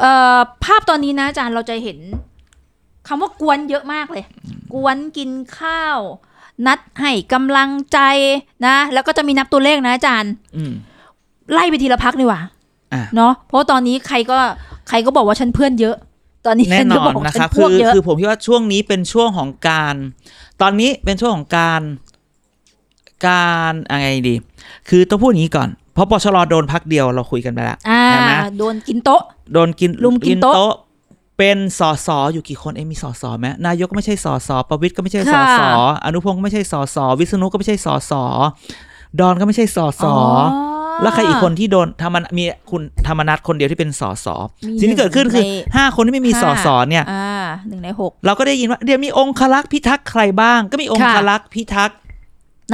Speaker 2: เอ่อภาพตอนนี้นะอาจารย์เราจะเห็นคำว่ากวนเยอะมากเลย กวนกินข้าว นัดให้กำลังใจนะ แล้วก็จะมีนับตัวเลขนะอาจารย์
Speaker 1: อืม
Speaker 2: ไล่ไปทีละพักดีกว่า
Speaker 1: อ่ะ
Speaker 2: เนาะเพราะตอนนี้ใครก็ใครก็บอกว่าฉันเพื่อนเยอะ ตอนนี้
Speaker 1: แน่
Speaker 2: ฉัน
Speaker 1: น
Speaker 2: ก็
Speaker 1: อบน
Speaker 2: อกว่า
Speaker 1: นะ
Speaker 2: ฉั
Speaker 1: คะ
Speaker 2: นพ
Speaker 1: คื
Speaker 2: วก
Speaker 1: อ
Speaker 2: เยอะ
Speaker 1: คือผมคิดว่าช่วงนี้เป็นช่วงของการ ตอนนี้เป็นช่วงของการการอะไรดี คือต้องพูดอย่างนี้ก่อน เพราะปชรโดนพักเดียวเราคุยกันไปแล้ว
Speaker 2: อ่า
Speaker 1: เห็นไหม
Speaker 2: โดนกินโต๊ะ
Speaker 1: โดนกิน
Speaker 2: ลุมกินโต๊ะ
Speaker 1: เป็นสอสออยู่กี่คนเอ้ยมีสอสอไหมนายกก็ไม่ใช่สอสอประวิตยก็ไม่ใช่สอ
Speaker 2: ค่ะ
Speaker 1: สออนุพงศ์ก็ไม่ใช่สอสอวิษณุก็ไม่ใช่สอสอดอนก็ไม่ใช่สอสออ แล้วใครอีกคนที่โดนธรรมนมีคุณธรรมนัตคนเดียวที่เป็นสอสอ
Speaker 2: มี
Speaker 1: สิ่งที่เกิดขึ้นคือ
Speaker 2: หนึ่งใน
Speaker 1: ห้าคนที่ไม่มี
Speaker 2: ห้า
Speaker 1: สอสอเนี่ย
Speaker 2: อ่าหนึ่งในหก
Speaker 1: เราก็ได้ยินว่าเดี๋ยวมีองคลักษ์พิทักษ์ใครบ้าง ก็มีองคลักษ์พิทักษ์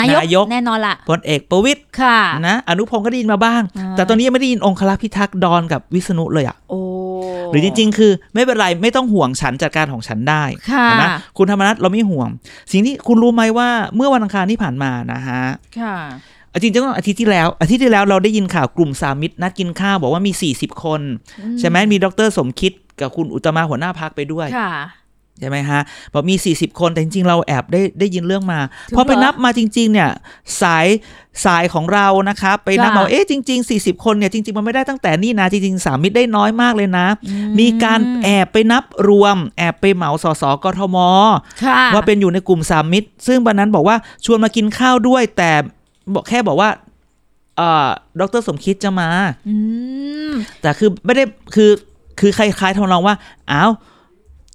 Speaker 2: นายก
Speaker 1: นายก
Speaker 2: แน่นอนล่ะ
Speaker 1: พลเอกประวิตย
Speaker 2: ค่ะ
Speaker 1: นะอนุพงศ์ก็ได้ยินมาบ้าง
Speaker 2: อ่า
Speaker 1: แต่ตอนนี้ยังไม่ได้ยินองคลักษ์พิทักษ์ดอนกับวิษณุเลยอะ
Speaker 2: โอ้
Speaker 1: หรือจริง ๆ คือไม่เป็นไร ไม่ต้องห่วงฉันจัดการของฉันได้
Speaker 2: ค่ะ
Speaker 1: เห็นไหมคุณธรรมนัฐเราไม่ห่วง สิ่งที่คุณรู้ไหมว่าเมื่อวันอังคารที่ผ่านมานะฮะ
Speaker 2: ค่ะ
Speaker 1: เอาจริงๆต้องอาทิตย์ที่แล้ว อาทิตย์ที่แล้วเราได้ยินข่าวกลุ่มสามิตรนัดกินข้าวบอกว่ามี 40 คน
Speaker 2: อืม
Speaker 1: ใช่ไหมมีดรสมคิดกับคุณอุตตมาหัวหน้าพักไปด้วย
Speaker 2: ค่ะ
Speaker 1: ใช่ไหมฮะบอกมี 40 คนแต่จริง ๆ เราแอบได้ได้ยินเรื่องมา
Speaker 2: จริงเหรอ
Speaker 1: พอไปนับมาจริง ๆ เนี่ยสายสายของเรานะครับไปนับมา
Speaker 2: ค่ะ
Speaker 1: เอ๊ะจริง ๆ 40 คนเนี่ยจริง ๆ มันไม่ได้ตั้งแต่นี่นะจริง ๆ สามมิตรได้น้อยมากเลยนะ มีการแอบไปนับรวม แอบไปเหมาสสกทม
Speaker 2: ค่ะ
Speaker 1: ว่าเป็นอยู่ในกลุ่มสามมิตร ซึ่งวันนั้นบอกว่าชวนมากินข้าวด้วย แต่บอกแค่บอกว่าเอ่อดรสมคิดจะมา
Speaker 2: อืม
Speaker 1: แต่คือไม่ได้คือคือคล้ายๆทำนองว่าอ้าว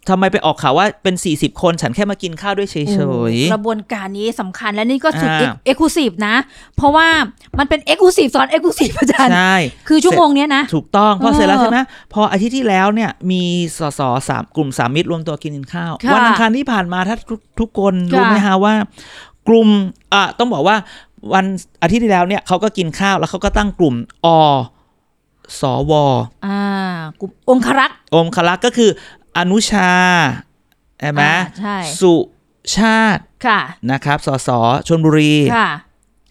Speaker 1: ทำไมไปออกข่าวว่าเป็น 40 คนฉันแค่มากินข้าวด้วยเฉย
Speaker 2: โอ้กระบวนการนี้สำคัญและนี่ก็สุด
Speaker 1: อ่า
Speaker 2: เอ็กซ์คลูซีฟนะ เพราะว่ามันเป็นเอ็กซ์คลูซีฟซ้อนเอ็กซ์คลูซีฟอาจารย์
Speaker 1: ๆใช่
Speaker 2: คือชั่วโมงเนี้ยนะ
Speaker 1: ถูกต้องพอ
Speaker 2: เออ
Speaker 1: เสร็จแล้วใช่ไหมพออาทิตย์ที่แล้วเนี่ยมีสสสามกลุ่มสามมิตรรวมตัวกินข้าว
Speaker 2: ค่ะ
Speaker 1: วันอังคารที่ผ่านมาถ้าทุกทุกคน
Speaker 2: ค่ะ
Speaker 1: รู้ไหมฮะว่า กลุ่มอ่ะต้องบอกว่าวันอาทิตย์ที่แล้วเนี่ยเขาก็กินข้าวแล้วเขาก็ตั้งกลุ่มอสว
Speaker 2: ่ากลุ่มองครักษ์
Speaker 1: อมคลักษณ์ก็คืออนุชาใช่ไหม
Speaker 2: อ่าใช่
Speaker 1: สุชาติ
Speaker 2: ค่ะ
Speaker 1: นะครับสสชนบุรี
Speaker 2: ค่ะ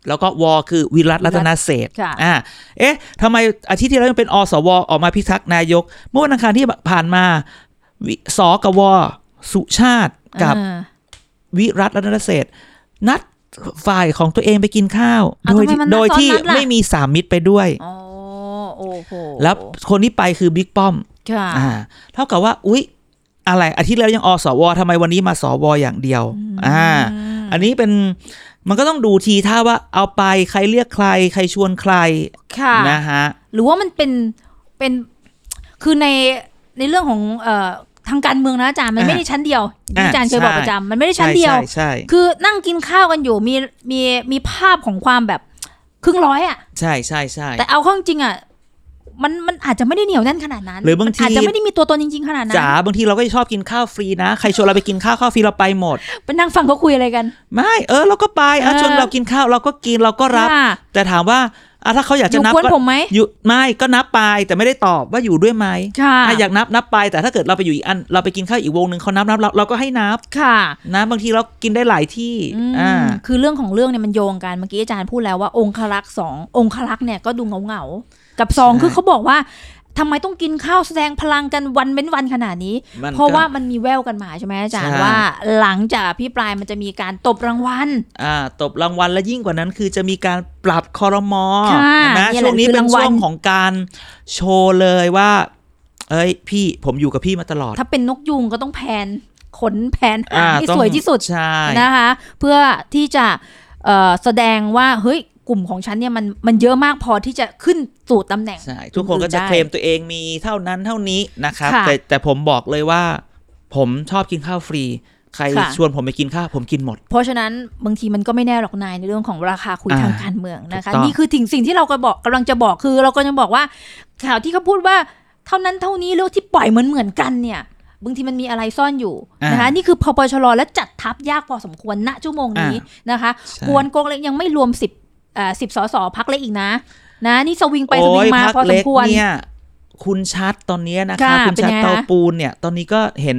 Speaker 1: แล้วก็วอคือวิรัตรัตนเศรษฐ์
Speaker 2: ค่ะ
Speaker 1: อ่า เอ๊ะทำไมอาทิตย์ที่แล้วยังเป็นอสว ออกมาพิทักษ์นายก เมื่อวันอังคารที่ผ่านมาวิสกับวสุชาติกับ
Speaker 2: อ่า
Speaker 1: วิรัตรัตนเศรษฐ์นัดฝ่ายของตัวเองไปกินข้าว
Speaker 2: อ้าว
Speaker 1: โดย
Speaker 2: ทำไม
Speaker 1: ที่
Speaker 2: มันนัด
Speaker 1: โดยที่
Speaker 2: ซ้อนนัดล่ะ
Speaker 1: ไม่มีสามมิตรไปด้วย
Speaker 2: อ๋อโอ้โห
Speaker 1: แล้วคนที่ไปคือบิ๊กป้อม
Speaker 2: ค่ะ
Speaker 1: อ่า เท่ากับว่า อุ๊ย อะไรอาทิตย์แล้วยังอสวทำไมวันนี้มาสวอย่างเดียว อ่า
Speaker 2: ม
Speaker 1: อันนี้เป็นมันก็ต้องดูทีท่าว่าเอาไปใครเรียกใคร ใครชวนใคร
Speaker 2: ค่ะ
Speaker 1: นะฮะ
Speaker 2: หรือว่ามันเป็นเป็นคือในในเรื่องของเอ่อทางการเมืองนะอาจารย์มัน
Speaker 1: อ่า
Speaker 2: ไม่ได้ชั้นเดียวอย่าง
Speaker 1: อ่า
Speaker 2: ที่อาจารย์เคย
Speaker 1: ใช่
Speaker 2: บอกประจำมันไม่ได้ชั้นเดียว
Speaker 1: ใช่ใช่
Speaker 2: คือนั่งกินข้าวกันอยู่มีมีมีภาพของความแบบครึ่งร้อยอ่ะ
Speaker 1: ใช่ใช่ใช่
Speaker 2: แต่เอาเข้าจริงๆอ่ะมันมันอาจจะไม่ได้เหนียวแน่นขนาดนั้น
Speaker 1: หรือบางที
Speaker 2: มันจจะไม่ได้มีตัวตนจริง ๆ ขนาดนั้น
Speaker 1: จ๋าบางทีเราก็ชอบกินข้าวฟรีนะ ใครชวนเราไปกินข้าวข้าวฟรีเราไปหมด
Speaker 2: ไปนั่งฟังเขาคุยอะไรกัน
Speaker 1: ไม่เออเราก็ไปอ่ะ
Speaker 2: เออ
Speaker 1: ชวนเรากินข้าวเราก็กินเราก็รับ
Speaker 2: ค่ะ
Speaker 1: แต่ถามว่าอ่ะถ้าเขาอยาก
Speaker 2: อ
Speaker 1: จะ
Speaker 2: ยู่
Speaker 1: นับ
Speaker 2: กวน
Speaker 1: ก็
Speaker 2: ผมไหม
Speaker 1: อยู่ไม่ก็นับไปแต่ไม่ได้ตอบว่าอยู่ด้วยไหม
Speaker 2: ค่ะ
Speaker 1: อ่ะอยากนับนับไปแต่ถ้าเกิดเราไปอยู่อีกอันเราไปกินข้าวอีกวงหนึ่งเขานับนับเราเราก็ให้นับ
Speaker 2: ค่ะ
Speaker 1: นะบางทีเรากินได้หลายที่
Speaker 2: อืม
Speaker 1: อ่า
Speaker 2: คือเรื่องของเรื่องเนี่ยมันโยงกันเมื่อกี้อาจารย์พูดแล้วว่าองครักษ์สององครักษ์เนี่ยก็ดูเงาๆกับสอง
Speaker 1: ใช่
Speaker 2: คือเขาบอกว่าทำไมต้องกินข้าวแสดงพลังกันวันเว้นวันขนาดนี้
Speaker 1: มัน
Speaker 2: เพราะ
Speaker 1: ก็
Speaker 2: ว่ามันมีแววกันมาใช่ไหมอาจารย์
Speaker 1: ใช่
Speaker 2: ว่าหลังจากพี่ปลายมันจะมีการตบรางวัล
Speaker 1: อ่าตบรางวัลและยิ่งกว่านั้นคือจะมีการปรับคอรมอ
Speaker 2: ค่ะ
Speaker 1: เห็นะ
Speaker 2: นี่แหละ
Speaker 1: ช่วงนี้
Speaker 2: คือ
Speaker 1: เป็
Speaker 2: ราน งวั
Speaker 1: ช่
Speaker 2: ล
Speaker 1: วงของการโชว์เลยว่า เอ้ยพี่ผมอยู่กับพี่มาตลอด
Speaker 2: ถ้าเป็นนกยุงก็ต้องแพนขนแพนหา
Speaker 1: อ่าง
Speaker 2: ที่
Speaker 1: ต้อง
Speaker 2: สวยที่สุด
Speaker 1: ใช่
Speaker 2: นะคะ เพื่อที่จะเอ่อแสดงว่าเฮ้ยกลุ่มของฉันเนี่ยมันมันเยอะมากพอที่จะขึ้นสู่ตำแหน่ง
Speaker 1: ใช่ทุกคนก็จะเคลมตัวเองมีเท่านั้นเท่านี้นะครับ
Speaker 2: ค่ะ
Speaker 1: แต่แต่ผมบอกเลยว่า ผมชอบกินข้าวฟรี ใคร
Speaker 2: ค่ะ
Speaker 1: ชวนผมไปกินข้าวผมกินหมด
Speaker 2: เพราะฉะนั้นบางทีมันก็ไม่แน่หรอกนายในเรื่องของราคาคุย
Speaker 1: อ่า
Speaker 2: ทางการเมืองนะ
Speaker 1: ถู
Speaker 2: คะ
Speaker 1: กต้อง
Speaker 2: นี่คือถึงสิ่งที่เราก็บอกกำลังจะบอกคือเราก็ยังบอกว่าข่าวที่เขาพูดว่าเท่านั้นเท่านี้เรื่องที่ปล่อยเหมือนเหมือนๆกันเนี่ย บางทีมันมีอะไรซ่อนอยู่นะคะนี่คือพปชรและจัดทัพยากพอสมควรณชั่วโมงนี้นะคะ
Speaker 1: ใช่
Speaker 2: กวนโกงเล็กยังไม่รวมสิบเอ่อสิบสสพักเล็กอีกนะ นะ นี่สวิงไปสวิงมา
Speaker 1: โย
Speaker 2: พอสมควร
Speaker 1: พรรคเล็กเนี่ยคุณชัดตอนเนี้ยนะคะ
Speaker 2: ค่ะ
Speaker 1: คุณชัด
Speaker 2: เป็นไงคะ
Speaker 1: เตาปูนเนี่ย ตอนนี้ก็เห็น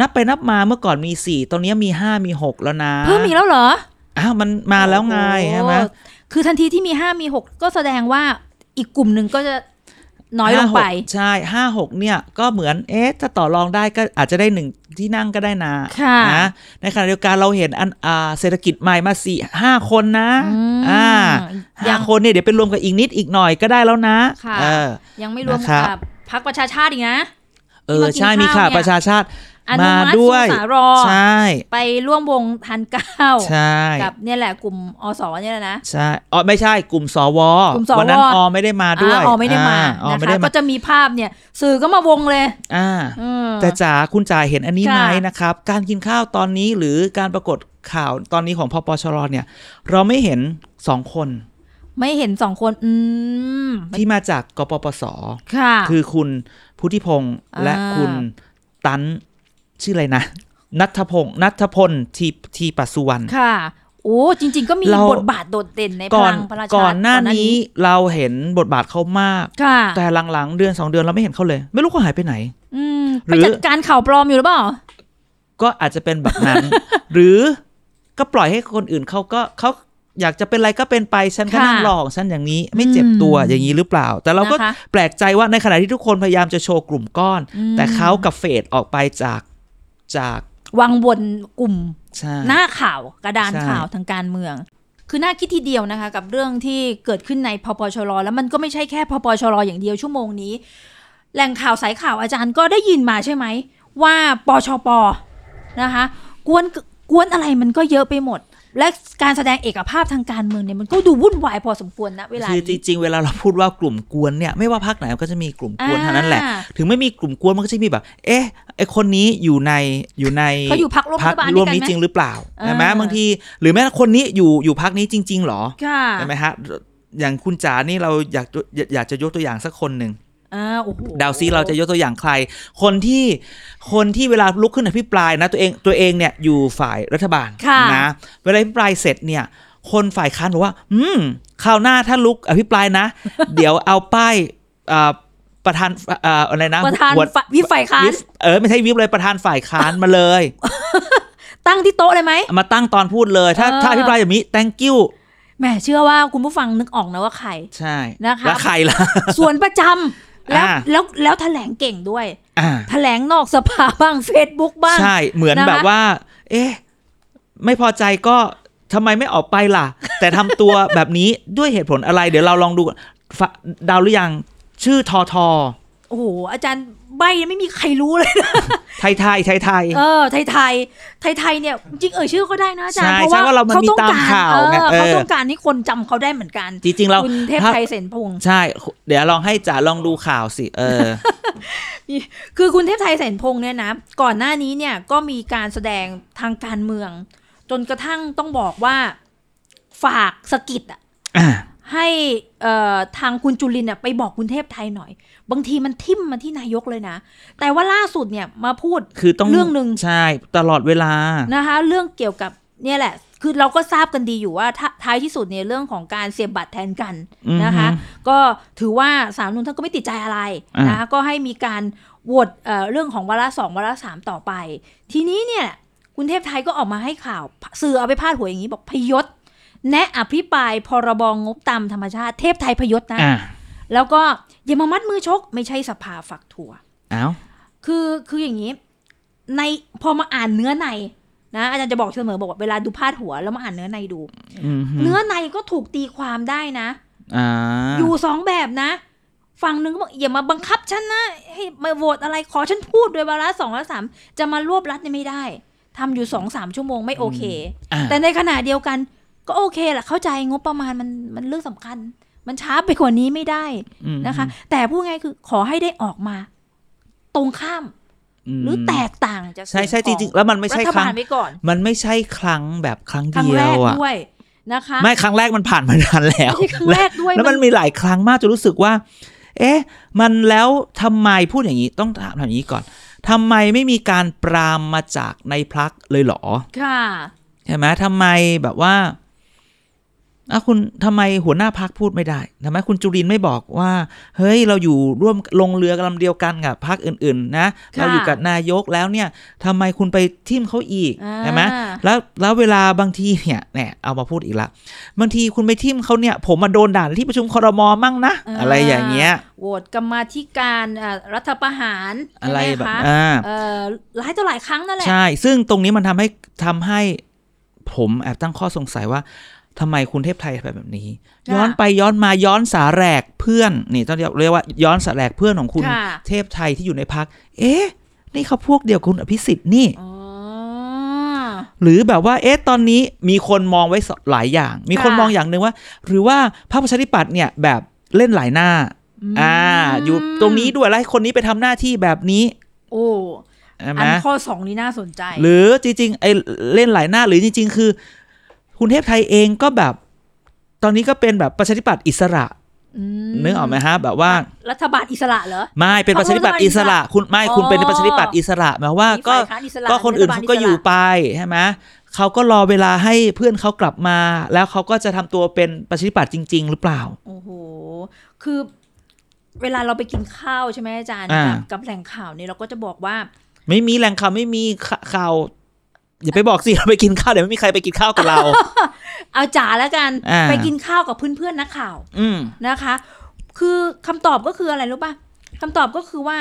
Speaker 1: นับไปนับมาเมื่อก่อนมีสี่ตอนเนี้ยมีห้ามีหกแล้วนะ
Speaker 2: เพิ่มอีกแล้วเหรอ
Speaker 1: อ้าวมันมาแล้วไงใช่ไหม
Speaker 2: โอ้โคือทันทีที่มีห้ามีหกก็แสดงว่าอีกกลุ่มหนึ่งก็จะน้อยลงไป
Speaker 1: ห้าหกใช่ห้าหกเนี่ย ก็เหมือนเอ๊ะถ้าต่อรองได้ก็อาจจะได้หนึ่งที่นั่งก็ได้นะ
Speaker 2: ค่ะ
Speaker 1: นะในขณะเดียวกันเราเห็นอันอ่าเศรษฐกิจใหม่มาสี่ห้าคนนะ
Speaker 2: ม
Speaker 1: อ่า
Speaker 2: ยั
Speaker 1: ห้าง คนเนี่ยเดี๋ยวไปรวมกับอีกนิดอีกหน่อยก็ได้แล้วนะ
Speaker 2: ค่ะ
Speaker 1: เออ
Speaker 2: ยังไม่รวม
Speaker 1: นะครับ
Speaker 2: กับพักประชาชาติอีกนะ
Speaker 1: เออใช่
Speaker 2: ที่
Speaker 1: มี
Speaker 2: มากิน
Speaker 1: ข่า
Speaker 2: ข้าว วเนี่ย
Speaker 1: ประชาชาติ
Speaker 2: อนุมัติ
Speaker 1: มาด้วย
Speaker 2: สุสารอ
Speaker 1: ใช่
Speaker 2: ไปร่วมวงทานก้าว
Speaker 1: ใช่
Speaker 2: กับเนี่ยแหละกลุ่มอสเนี่ยแหละนะ
Speaker 1: ใช่อ๋อไม่ใช่กลุ่มสว
Speaker 2: กลุ่มสว
Speaker 1: วันั้นออไม่ได้มาด้วย
Speaker 2: อ่าอ๋อไม่ได้มา
Speaker 1: อ๋อ
Speaker 2: นะ
Speaker 1: ไม่
Speaker 2: คะ
Speaker 1: ได้มา
Speaker 2: ก็จะมีภาพเนี่ยสื่อก็มาวงเลย
Speaker 1: อ่า
Speaker 2: อืม
Speaker 1: แต่จ๋าคุณจ๋าเห็นอันนี้ไหม
Speaker 2: ค่ะ
Speaker 1: นะครับ การกินข้าวตอนนี้หรือการปรากฏข่าวตอนนี้ของพปชรเนี่ย เราไม่เห็นสองคน
Speaker 2: ไม่เห็นสองคน อืม
Speaker 1: ที่มาจากกปปส
Speaker 2: ค่ะ
Speaker 1: คือคุณพุทธิพงศ์
Speaker 2: อ่า
Speaker 1: และคุณตันชื่ออะไรนะ นัทพงศ์นัทพลทีทีปัสสุวรรณ
Speaker 2: ค่ะ โอ้จริง ๆ ก็มี
Speaker 1: เรา
Speaker 2: บทบาทโดดเด่นในพ
Speaker 1: ก่อน
Speaker 2: ลังพระราชา
Speaker 1: ก่อนหน้านี้เราเห็นบทบาทเขามาก
Speaker 2: ค่ะ
Speaker 1: แต่หลังๆ เดือนสองเดือนเราไม่เห็นเขาเลย ไม่รู้เขาหายไปไหน
Speaker 2: อืม
Speaker 1: ห
Speaker 2: ไป
Speaker 1: รือ
Speaker 2: จัดการข่าวปลอมอยู่หรือเปล่า
Speaker 1: ก็อาจจะเป็นแบบนั้น
Speaker 2: (laughs)
Speaker 1: หรือก็ปล่อยให้คนอื่นเขาก็เขาอยากจะเป็นอะไรก็เป็นไปฉันก็
Speaker 2: ค่ะ
Speaker 1: นั่งรอของฉันอย่างนี้ ไม่เจ็บตัว
Speaker 2: อืม
Speaker 1: อย่างนี้หรือเปล่า แต่เราก็
Speaker 2: นะคะ
Speaker 1: แปลกใจว่าในขณะที่ทุกคนพยายามจะโชว์กลุ่มก้อน
Speaker 2: อืม
Speaker 1: แต่เขากับเฟดออกไปจากจาก
Speaker 2: วังวนกลุ่ม
Speaker 1: ใช่
Speaker 2: หน้าข่าวกระดาน
Speaker 1: ใช่
Speaker 2: ข่าวทางการเมือง คือน่าคิดทีเดียวนะคะ กับเรื่องที่เกิดขึ้นในพปชรแล้วมันก็ไม่ใช่แค่พปชรอย่างเดียวชั่วโมงนี้ แหล่งข่าวสายข่าวอาจารย์ก็ได้ยินมาใช่ไหม ว่าปชปนะคะ กวนกวนอะไรมันก็เยอะไปหมด และการแสดงเอกภาพทางการเมืองเนี่ยมันก็ดูวุ่นวายพอสมควรนะเวลา
Speaker 1: คือจริงๆ เวลาเราพูดว่ากลุ่มกวนเนี่ยไม่ว่าพักไหนมันก็จะมีกลุ่มกวนเท่านั้นแหละ
Speaker 2: อ่
Speaker 1: ถึงไม่มีกลุ่มกวนมันก็จะมีแบบ เอ๊ะไอคนนี้อยู่ในอยู่ใน
Speaker 2: เขาอยู่พักร่วมรั
Speaker 1: พั
Speaker 2: ฐบาล
Speaker 1: ร่
Speaker 2: ด้
Speaker 1: วม
Speaker 2: วยกัน
Speaker 1: นี้
Speaker 2: ไหม
Speaker 1: จริงหรือเปล่าใช่ไหม
Speaker 2: อ่า
Speaker 1: บางที หรือแม้คนนี้อยู่อยู่พักนี้จริง ๆหรอ
Speaker 2: ค่ะ
Speaker 1: ใช่ไหมฮะอย่างคุณจ๋านี่เราอยากอยากอยากจะยกตัวอย่างสักคนหนึ่ง
Speaker 2: อ่าโอ้โห
Speaker 1: เดาวซีเราจะยกตัวอย่างใคร คนที่คนที่เวลาลุกขึ้นอภิปรายนะตัวเองตัวเองเนี่ยอยู่ฝ่ายรัฐบาลนะเวลาอภิปรายเสร็จเนี่ย คนฝ่ายค้านบอกว่า อืมคราวหน้าถ้าลุกอภิปรายนะ (laughs) เดี๋ยวเอาป้ายอ่าประธานอ่าอะไรนะ
Speaker 2: ประธาน
Speaker 1: หัว
Speaker 2: ฝ่ายวิปฝ่ายค้าน
Speaker 1: วิปเออไม่ใช่วิปเลยประธานฝ่ายค้านมาเลย (laughs)
Speaker 2: ตั้งที่โต๊ะเลยไหม
Speaker 1: มาตั้งตอนพูดเลย ถ้า
Speaker 2: เออ
Speaker 1: ถ้าอภิปรายอย่างนี้ thank you
Speaker 2: แหมเชื่อว่าคุณผู้ฟังนึกออกนะว่าใคร
Speaker 1: ใช่
Speaker 2: นะคะ
Speaker 1: แล้วใครล่ะ
Speaker 2: (laughs) ส่วนประจำแล้ว
Speaker 1: อ่า
Speaker 2: แล้วแล้วแถลงเก่งด้วย
Speaker 1: อ่า
Speaker 2: แถลงนอกสภาบ้าง Facebook บ้าง
Speaker 1: ใช่เหมือน
Speaker 2: นะคะ
Speaker 1: แบบว่า เอ๊ะ ไม่พอใจก็ทำไมไม่ออกไปล่ะ แต่ทำตัวแบบนี้ด้วยเหตุผลอะไร เดี๋ยวเราลองดูก่อนฟะดาวหรือยัง ชื่อทอทอ
Speaker 2: โอ้โห อาจารย์ใบไม่มีใครรู้เลยนะ
Speaker 1: ไทยไทยไทยไทย
Speaker 2: เออไทยไทยไทยไทยเนี่ย จริงเอ่ยชื่อก็ได้นะอาจารย์
Speaker 1: ใช่
Speaker 2: เพราะ
Speaker 1: ใช่ว่าเรามัน
Speaker 2: เขาต้อง
Speaker 1: มีตาม
Speaker 2: การ
Speaker 1: ข่าว
Speaker 2: เอ
Speaker 1: ไง
Speaker 2: อ
Speaker 1: เออ
Speaker 2: เขาต้องการที่คนจำเขาได้เหมือนกัน
Speaker 1: จริงๆเรา
Speaker 2: คุณเทพ
Speaker 1: ถ้า
Speaker 2: ไทยเสนพงศ์
Speaker 1: ใช่ เดี๋ยวลองให้จ๋าลองดูข่าวสิ เออ
Speaker 2: คือคุณเทพไทยเสนพงศ์เนี่ยนะ ก่อนหน้านี้เนี่ยก็มีการแสดงทางการเมือง จนกระทั่งต้องบอกว่าฝากสะกิดอะ
Speaker 1: อ่ะ
Speaker 2: ให้เอ่อทางคุณจุลินเนี่ยไปบอกคุณเทพไทยหน่อย บางทีมันทิ่มมาที่นายกเลยนะ แต่ว่าล่าสุดเนี่ยมาพูด
Speaker 1: คือต้อง
Speaker 2: เรื่องหนึ่ง
Speaker 1: ใช่ตลอดเวลา
Speaker 2: นะคะ เรื่องเกี่ยวกับเนี่ยแหละ คือเราก็ทราบกันดีอยู่ว่าท้าท้ายที่สุดเนี่ยเรื่องของการเสียบบัตรแทนกันนะคะ
Speaker 1: อือฮึ
Speaker 2: ก็ถือว่าสามนุนท่านก็ไม่ติดใจอะไร
Speaker 1: อ่าน
Speaker 2: นะคะก็ให้มีการโหวตเอ่อเรื่องของวาระสองวาระสามต่อไป ทีนี้เนี่ยคุณเทพไทยก็ออกมาให้ข่าวสื่อเอาไปพาดหัวอย่างนี้บอกพยศแนะอภิปรายพรบงงบตามธรรมชาติเทพไทยพยศนะ
Speaker 1: อ่ะ
Speaker 2: แล้วก็อย่ามามัดมือชก ไม่ใช่สภาฝักถั่ว
Speaker 1: เอ้า
Speaker 2: คือคืออย่างนี้ ในพอมาอ่านเนื้อในนะอาจารย์จะบอกเสมอบอกว่าเวลาดูพาดหัวแล้วมาอ่านเนื้อในดู
Speaker 1: อืมฮึ
Speaker 2: เนื้อในก็ถูกตีความได้นะ
Speaker 1: อ่า
Speaker 2: อยู่สองแบบนะ ฝั่งหนึ่งก็บอกอย่ามาบังคับฉันนะให้มาโหวตอะไรขอฉันพูดโดยวาระสองวาระสามจะมารวบรัดเนี่ยไม่ได้ทำอยู่สองสามชั่วโมงไม่โอเค
Speaker 1: อ่า
Speaker 2: แต่ในขณะเดียวกัน ก็โอเคแหละเข้าใจงบประมาณมันมันเรื่องสำคัญ มันช้าไปกว่านี้ไม่ได้
Speaker 1: อืม
Speaker 2: นะคะแต่พูดง่ายคือขอให้ได้ออกมา ตรงข้ามหรือแตกต่างจาก
Speaker 1: ใช่ใช่จ
Speaker 2: เสีย
Speaker 1: ริง
Speaker 2: ข
Speaker 1: ๆ แล้วมันไม่
Speaker 2: รั
Speaker 1: ใช่
Speaker 2: ฐ
Speaker 1: ครั้
Speaker 2: บาง ลไว้ก่อน
Speaker 1: มันไม่ใช่ครั้งแบบครั้ง
Speaker 2: ครั้ง
Speaker 1: เดีย
Speaker 2: แรก
Speaker 1: วอ่ะ
Speaker 2: ด้วยนะคะ
Speaker 1: ไม่ครั้งแรกมันผ่านมานานแล้ว
Speaker 2: ไม่ใช่ครั้งแรกด้วย
Speaker 1: แล้วมันมีหลายครั้งมากจนรู้สึกว่า เอ๊ะ มันแล้วทำไมพูดอย่างนี้ต้องถามถามอย่างนี้ก่อนทำไมไม่มีการปรามมาจากในพลักเลยเหรอ
Speaker 2: ค่ะ
Speaker 1: ใช่ไหมทำไมแบบว่าอ่ะคุณทำไมหัวหน้าพักพูดไม่ได้ทำไมคุณจุรินทร์ไม่บอกว่า เฮ้ย เราอยู่ร่วมลงเรือกลำเดียวกันกับพักอื่น ๆ นะ
Speaker 2: ค่ะ
Speaker 1: เราอยู่กับนายกแล้วเนี่ยทำไมคุณไปทิ่มเขาอีก
Speaker 2: อ่า
Speaker 1: ใช่ไหมแล้วแล้วเวลาบางทีเนี่ยแหมเอามาพูดอีกละบางทีคุณไปทิ่มเขาเนี่ย ผมมาโดนด่าในที่ประชุมคอรมอมั่งนะ อะไรอย่างเงี้ย
Speaker 2: โหวตกรรมาธิการอ่ารัฐประหาร
Speaker 1: อะไรแบบ
Speaker 2: ใช่หมค
Speaker 1: อ่า
Speaker 2: เอ่อหลายต่อหลายครั้งนั่นแหละ
Speaker 1: ใช่ ซึ่งตรงนี้มันทำให้ทำให้ผมแอบตั้งข้อสงสัยว่าทำไมคุณเทพไทยแบบแบบนี้
Speaker 2: ค่ะ
Speaker 1: ย้อนไปย้อนมาย้อนสาแหรกเพื่อนนี่ต้องเรียกว่าย้อนสาแหรกเพื่อนของคุณ
Speaker 2: ค่ะ
Speaker 1: เทพไทยที่อยู่ในพัก เอ๊ะ นี่เขาพวกเดียวกับคุณอภิสิทธิ์นี่
Speaker 2: อ๋อ
Speaker 1: หรือแบบว่าเอ๊ะตอนนี้มีคนมองไว้สหลายอย่าง มีคน
Speaker 2: ค่ะ
Speaker 1: มองอย่างหนึ่งว่า หรือว่าพรรคประชาธิปัตย์เนี่ยแบบเล่นหลายหน้า อ่า อยู่ตรงนี้ด้วยแล้วให้คนนี้ไปทำหน้าที่แบบนี้
Speaker 2: โอ้
Speaker 1: ใช่ไหม
Speaker 2: อันข้อสองนี้น่าสนใจ
Speaker 1: หรือจริงๆไอ้เล่นหลายหน้าหรือจริง ๆ คือ คุณเทพไทยเองก็แบบ ตอนนี้ก็เป็นแบบประชาธิปัตย์อิสระ
Speaker 2: อื
Speaker 1: นึกออกไหมฮะแบบว่า
Speaker 2: รัฐบาลอิสระเหรอ
Speaker 1: ไม่เป็นประชาธิปัตย์อิสระ คุณไม่
Speaker 2: อ๋อ
Speaker 1: คุณเป็นประชาธิปัตย์อิสระหมายว่า
Speaker 2: มี
Speaker 1: ก็
Speaker 2: ฝ่ายค้านอิสระ
Speaker 1: ก็คนอื่น
Speaker 2: รัฐ
Speaker 1: เขา
Speaker 2: บล
Speaker 1: ก็อยู่
Speaker 2: สระ
Speaker 1: ไปใช่ไหมเขาก็รอเวลาให้เพื่อนเขากลับมา แล้วเขาก็จะทำตัวเป็นประชาธิปัตย์จริง ๆ หรือเปล่า
Speaker 2: โอ้โห คือ เวลาเราไปกินข้าวใช่ไหมอาจารย์
Speaker 1: อ่า
Speaker 2: กับกับแหล่งข่าวเนี่ยเราก็จะบอกว่า
Speaker 1: ไม่มีแหล่งข่าวไม่มีข่าวอย่าไปบอกสิ เราไปกินข้าวเดี๋ยวไม่มีใครไปกินข้าวกับเรา
Speaker 2: (laughs) เอาจ๋าแล้วกัน
Speaker 1: อ่า
Speaker 2: ไปกินข้าวกับเพื่อนๆนักข่าว
Speaker 1: อืม
Speaker 2: นะคะ คือคำตอบก็คืออะไรรู้ป่ะคำตอบก็คือว่า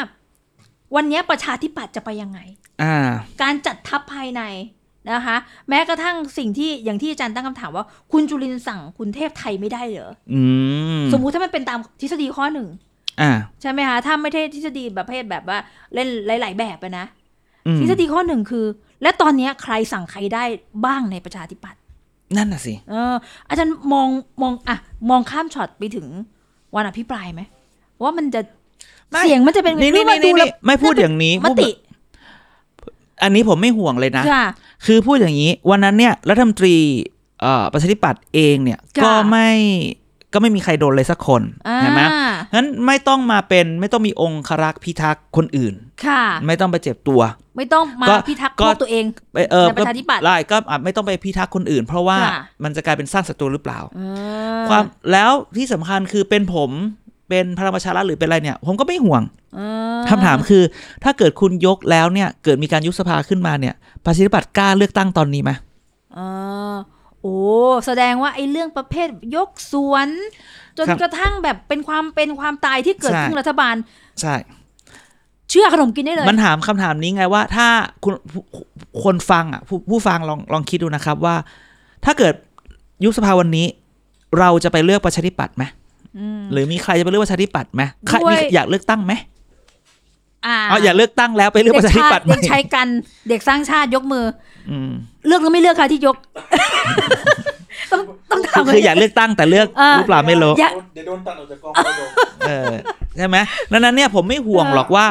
Speaker 2: วันเนี้ยประชาธิปัตย์จะไปยังไง
Speaker 1: อ่า
Speaker 2: การจัดทัพภายในนะคะ แม้กระทั่งสิ่งที่อย่างที่อาจารย์ตั้งคำถามว่า คุณจุลินทร์สั่งคุณเทพไทยไม่ได้เหรอ
Speaker 1: อืม
Speaker 2: สมมุติถ้ามันเป็นตามทฤษฎีข้อหนึ่ง
Speaker 1: อ่า
Speaker 2: ใช่ไหมคะถ้าไม่ใช่ทฤษฎีแบบประเภทแบบว่าเล่นหลาย ๆ แบบอะนะ
Speaker 1: อืม
Speaker 2: ทฤษฎีข้อหนึ่งคือ และตอนเนี้ยใครสั่งใครได้บ้างในประชาธิปัตย์
Speaker 1: นั่นน่ะสิ
Speaker 2: เอออาจารย์มองมองอะมองข้ามช็อตไปถึงวันอภิปรายไหมว่ามันจะ
Speaker 1: ไม่
Speaker 2: เสียงมันจะเป็น
Speaker 1: นี่นี่
Speaker 2: เพราะ
Speaker 1: นี่
Speaker 2: ว่าดูแล้ว
Speaker 1: นี่ไม่พูดอย่างนี้
Speaker 2: ม
Speaker 1: พูดแบ
Speaker 2: ติ
Speaker 1: บอันนี้ผมไม่ห่วงเลยนะ
Speaker 2: ค่ะ
Speaker 1: คือพูดอย่างนี้วันนั้นเนี่ยรัฐมนตรีเอ่อประชาธิปัตย์เองเนี่ย
Speaker 2: ค่ะ
Speaker 1: ก็ไม่ก็ไม่มีใครโดนเลยสักคน
Speaker 2: อ่า
Speaker 1: ใช่ไหมงั้นไม่ต้องมาเป็นไม่ต้องมีองครักษ์พิทักษ์คนอื่น
Speaker 2: ค่ะ
Speaker 1: ไม่ต้องไปเจ็บตัว
Speaker 2: ไม่ต้องมา
Speaker 1: ก็
Speaker 2: พิทักษ์
Speaker 1: ก็
Speaker 2: พวกตัวเอง
Speaker 1: ไปเออ
Speaker 2: ในประชาธิปัตย์
Speaker 1: ไล่ก็อ่ะไม่ต้องไปพิทักษ์คนอื่น เพราะว่า
Speaker 2: ค่ะ
Speaker 1: มันจะกลายเป็นสร้างศัตรูหรือเปล่า
Speaker 2: เออ
Speaker 1: ความแล้วที่สำคัญคือเป็นผมเป็นพลังประชารัฐหรือเป็นอะไรเนี่ย ผมก็ไม่ห่วง
Speaker 2: เออ
Speaker 1: คำถามคือ ถ้าเกิดคุณยกแล้วเนี่ยเกิดมีการยุบสภาขึ้นมาเนี่ยประชาธิปัตย์กล้าเลือกตั้งตอนนี้ไหม
Speaker 2: เออโอ้แสดงว่าไอ้เรื่องประเภทยกสวน จน
Speaker 1: ครับ
Speaker 2: กระทั่งแบบเป็นความเป็นความตายที่เกิด
Speaker 1: ใช่
Speaker 2: ขึ้นรัฐบาล
Speaker 1: ใช่
Speaker 2: เชื่อขนมกินได้เลย
Speaker 1: มันถามคำถามนี้ไงว่าถ้าคุณผู้คนฟังอ่ะผู้ผู้ฟังลองลองคิดดูนะครับว่า ถ้าเกิดยุบสภาวันนี้ เราจะไปเลือกประชาธิปัตย์ไหมหรือมีใครจะไปเลือกประชาธิปัตย์ไหมใคร
Speaker 2: ด้วย
Speaker 1: มีอยากเลือกตั้งไหม
Speaker 2: อ่า
Speaker 1: เอาอยากเลือกตั้งแล้วไปเลือกประชาธิปัตย์ไหม
Speaker 2: เด็กชายกันเด็กสร้างชาติยกมือ
Speaker 1: อืม
Speaker 2: เลือกหรือไม่เลือกค่ะที่ยก ต้องต้องถาม
Speaker 1: คือ
Speaker 2: เล
Speaker 1: อยากเลือกตั้งแต่เลือก
Speaker 2: เออ
Speaker 1: หรือเปล่าไม่รู้
Speaker 2: อยาก
Speaker 3: เดี๋ยวโดนตัดออกจากกองมรดก
Speaker 1: เออใช่ไหมดังนั้นเนี่ยผมไม่ห่วงหรอกว่า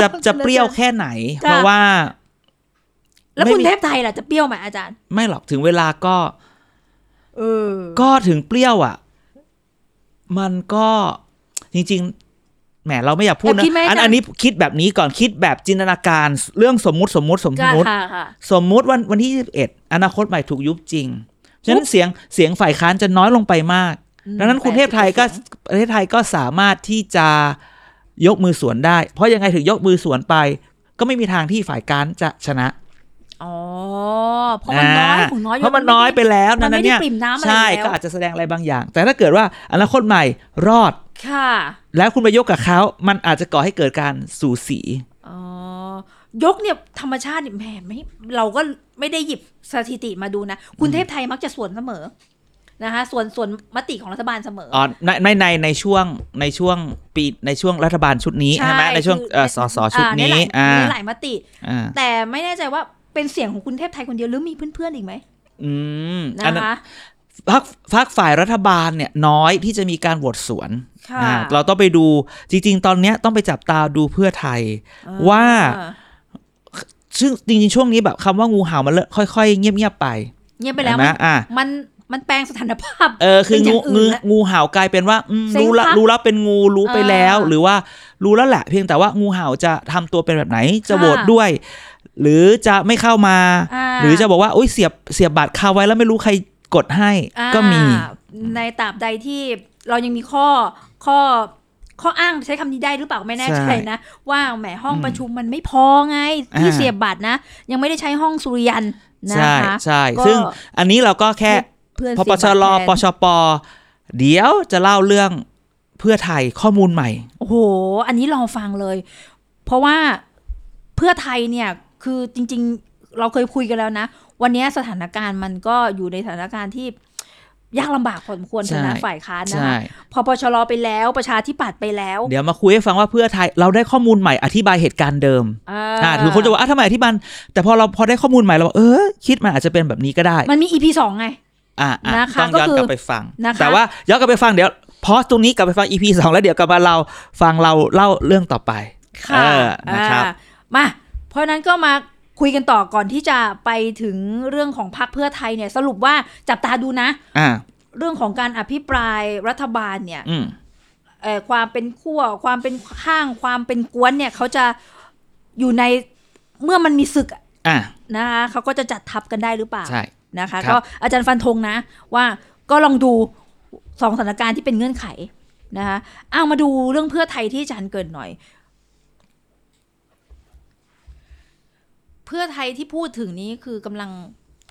Speaker 1: จะจะเปรี้ยวแค่ไหน
Speaker 2: จ้ะ
Speaker 1: เพราะว่า
Speaker 2: แล้วคุณ
Speaker 1: ไม่มี
Speaker 2: เทพไทยล่ะจะเปรี้ยวไหมอาจารย์
Speaker 1: ไม่หรอกถึงเวลาก็
Speaker 2: เออ
Speaker 1: ก็ถึงเปรี้ยวอ่ะ มันก็จริง ๆ แหมเราไม่อยากพูด
Speaker 2: แต่
Speaker 1: นะ
Speaker 2: คิดไหม
Speaker 1: อัน
Speaker 2: อาจารย์
Speaker 1: อันนี้คิดแบบนี้ก่อนคิดแบบจินตนาการเรื่องสมมุติสมมุติสม
Speaker 2: ค่ะ
Speaker 1: มุติ
Speaker 2: ค่ะค่ะ
Speaker 1: สมมุติวันวันที่21อนาคตใหม่ถูกยุบจริงฉะนั้นเสียงเสียงฝ่ายค้านจะน้อยลงไปมาก
Speaker 2: อืม
Speaker 1: ดังนั้นคุณเทพไทยก็
Speaker 2: แปดสิบเป
Speaker 1: ป
Speaker 2: อร์เซ็นต์
Speaker 1: ระเทศไทยก็สามารถที่จะยกมือสวนได้ เพราะยังไงถึงยกมือสวนไป ก็ไม่มีทางที่ฝ่ายค้านจะชนะ
Speaker 2: อ๋อเพราะมันน้อยของน้อย
Speaker 1: เพราะมันน้อยไปแล้วดั
Speaker 2: มัน
Speaker 1: งนั้น
Speaker 2: ไม่ได้
Speaker 1: เนี่ย
Speaker 2: ปริ่มน้ำอะไร
Speaker 1: ใช่
Speaker 2: แล้ว
Speaker 1: ก็อาจจะแสดงอะไรบางอย่าง แต่ถ้าเกิดว่าอนาคตใหม่รอด
Speaker 2: ค่ะ
Speaker 1: แล้วคุณไปยกกับเขามันอาจจะก่อให้เกิดการสูสี
Speaker 2: อ๋อยกเนี่ยธรรมชาติเนี่ยแหมไม่เราก็ไม่ได้หยิบสถิติมาดูนะ คุณเทพไทยมักจะสวนเสมอนะคะส่วนส่วนมติของรัฐบาลเสมอ
Speaker 1: อ๋อในในในในช่วงในช่วงปีในช่วงรัฐบาลชุดนี้
Speaker 2: ใช่
Speaker 1: ใช่ไหมในช่วง
Speaker 2: คือ
Speaker 1: เอ่อสสชุด
Speaker 2: อ่า
Speaker 1: นี้
Speaker 2: ใน
Speaker 1: อ่า
Speaker 2: หลายในหลายมติ
Speaker 1: อ่า
Speaker 2: แต่ไม่แน่ใจว่าเป็นเสียงของคุณเทพไทยคนเดียวหรือมีเพื่อนๆอีกไหม
Speaker 1: อืม
Speaker 2: นะ
Speaker 1: อันนั้น
Speaker 2: คะ
Speaker 1: พรรคพรรคฝ่ายรัฐบาลเนี่ยน้อยที่จะมีการโหวตสวน
Speaker 2: ค่ะ
Speaker 1: อ่าเราต้องไปดูจริง ๆ ตอนเนี้ยต้องไปจับตาดูเพื่อไทย ว่า
Speaker 2: เออ
Speaker 1: ซึ่งจริงๆช่วงนี้แบบคำว่างูเห่ามันเลิกค่อย ๆ เงียบๆไป
Speaker 2: เงียบไปแล้ว
Speaker 1: เห็นะอ่า
Speaker 2: มันมันแปลงสถานภาพ
Speaker 1: เออคือ
Speaker 2: เป็
Speaker 1: งู
Speaker 2: นอย่าง
Speaker 1: งู
Speaker 2: อื่นละ
Speaker 1: งูเห่ากลายเป็นว่าอืม
Speaker 2: เซ็ง
Speaker 1: รู้ละ
Speaker 2: พัก
Speaker 1: รู้แล้วเป็นงูรู้ไปแล้ว
Speaker 2: อ่า
Speaker 1: หรือว่ารู้แล้วแหละ เพียงแต่ว่างูเห่าจะทำตัวเป็นแบบไหน จะ
Speaker 2: ค่ะ
Speaker 1: โหวตด้วย หรือจะไม่เข้ามา
Speaker 2: อ่า
Speaker 1: หรือจะบอกว่าอุ้ยเสียบเสียบบัตรคาไว้แล้วไม่รู้ใครกดให้
Speaker 2: อ่า
Speaker 1: ก็มี
Speaker 2: ในตราบใดที่เรายังมีข้อข้อข้ออ้างใช้คำนี้ได้หรือเปล่าไม่แน่ใจ
Speaker 1: ใช่
Speaker 2: นะ ว่าแหมห้องประชุมมันไม่พอไง
Speaker 1: อ่า
Speaker 2: ที่เสียบบัตรนะ ยังไม่ได้ใช้ห้องสุริยันนะ
Speaker 1: ใช่
Speaker 2: คะ
Speaker 1: ใช่
Speaker 2: ก็
Speaker 1: ซึ่งอันนี้เราก็แค่
Speaker 2: เพื่อน
Speaker 1: พปชร
Speaker 2: เสียบ
Speaker 1: ป
Speaker 2: บัตรแทน
Speaker 1: ชปเดี๋ยวจะเล่าเรื่องเพื่อไทยข้อมูลใหม่
Speaker 2: โอ้โห อันนี้รอฟังเลย เพราะว่าเพื่อไทยเนี่ยคือจริง ๆ เราเคยคุยกันแล้วนะ วันนี้สถานการณ์มันก็อยู่ในสถานการณ์ที่ยากลำบากพอสมควร
Speaker 1: ใช่
Speaker 2: นะฝ่ายค้านนะ
Speaker 1: ใช่
Speaker 2: คะพอปชรไปแล้วประชาธิปัตย์ไปแล้ว
Speaker 1: เดี๋ยวมาคุยให้ฟังว่าเพื่อไทยเราได้ข้อมูลใหม่อธิบายเหตุการณ์เดิม
Speaker 2: อ่า
Speaker 1: อ่าถึงคนจะบอกอ่ะทำไมอธิบายแต่พอเราพอได้ข้อมูลใหม่เราบอกเออ คิดมันอาจจะเป็นแบบนี้ก็ได้
Speaker 2: มันมี EP สองไง
Speaker 1: อ่าอ่ะ
Speaker 2: นะคะ
Speaker 1: ต้องย้อน
Speaker 2: ก็คือก
Speaker 1: ลับไปฟัง
Speaker 2: นะคะ
Speaker 1: แต่ว่าย้อนกลับไปฟังเดี๋ยวพอสตรงนี้กลับไปฟัง EP สองแล้วเดี๋ยวกลับมาเราฟังเราเล่าเรื่องต่อไป
Speaker 2: ะ
Speaker 1: เออนะครับ
Speaker 2: อ่ามาเพราะฉะนั้นก็มาคุยกันต่อก่อนที่จะไปถึงเรื่องของพรรคเพื่อไทยเนี่ย สรุปว่าจับตาดูนะ
Speaker 1: อ่า
Speaker 2: เรื่องของการอภิปรายรัฐบาลเนี่ย
Speaker 1: อืม
Speaker 2: เอ่อความเป็นขั้วความเป็นข้างความเป็นกวนเนี่ยเขาจะอยู่ในเมื่อมันมีศึก
Speaker 1: อ่ะ
Speaker 2: นะคะเขาก็จะจัดทับกันได้หรือเปล่า
Speaker 1: ใช่
Speaker 2: นะคะ
Speaker 1: ครับ
Speaker 2: ก็อาจารย์ฟันธงนะว่าก็ลองดูสองสถานการณ์ที่เป็นเงื่อนไขนะคะเอามาดูเรื่องเพื่อไทยที่อาจารย์เกรินหน่อย เพื่อไทยที่พูดถึงนี้คือกำลัง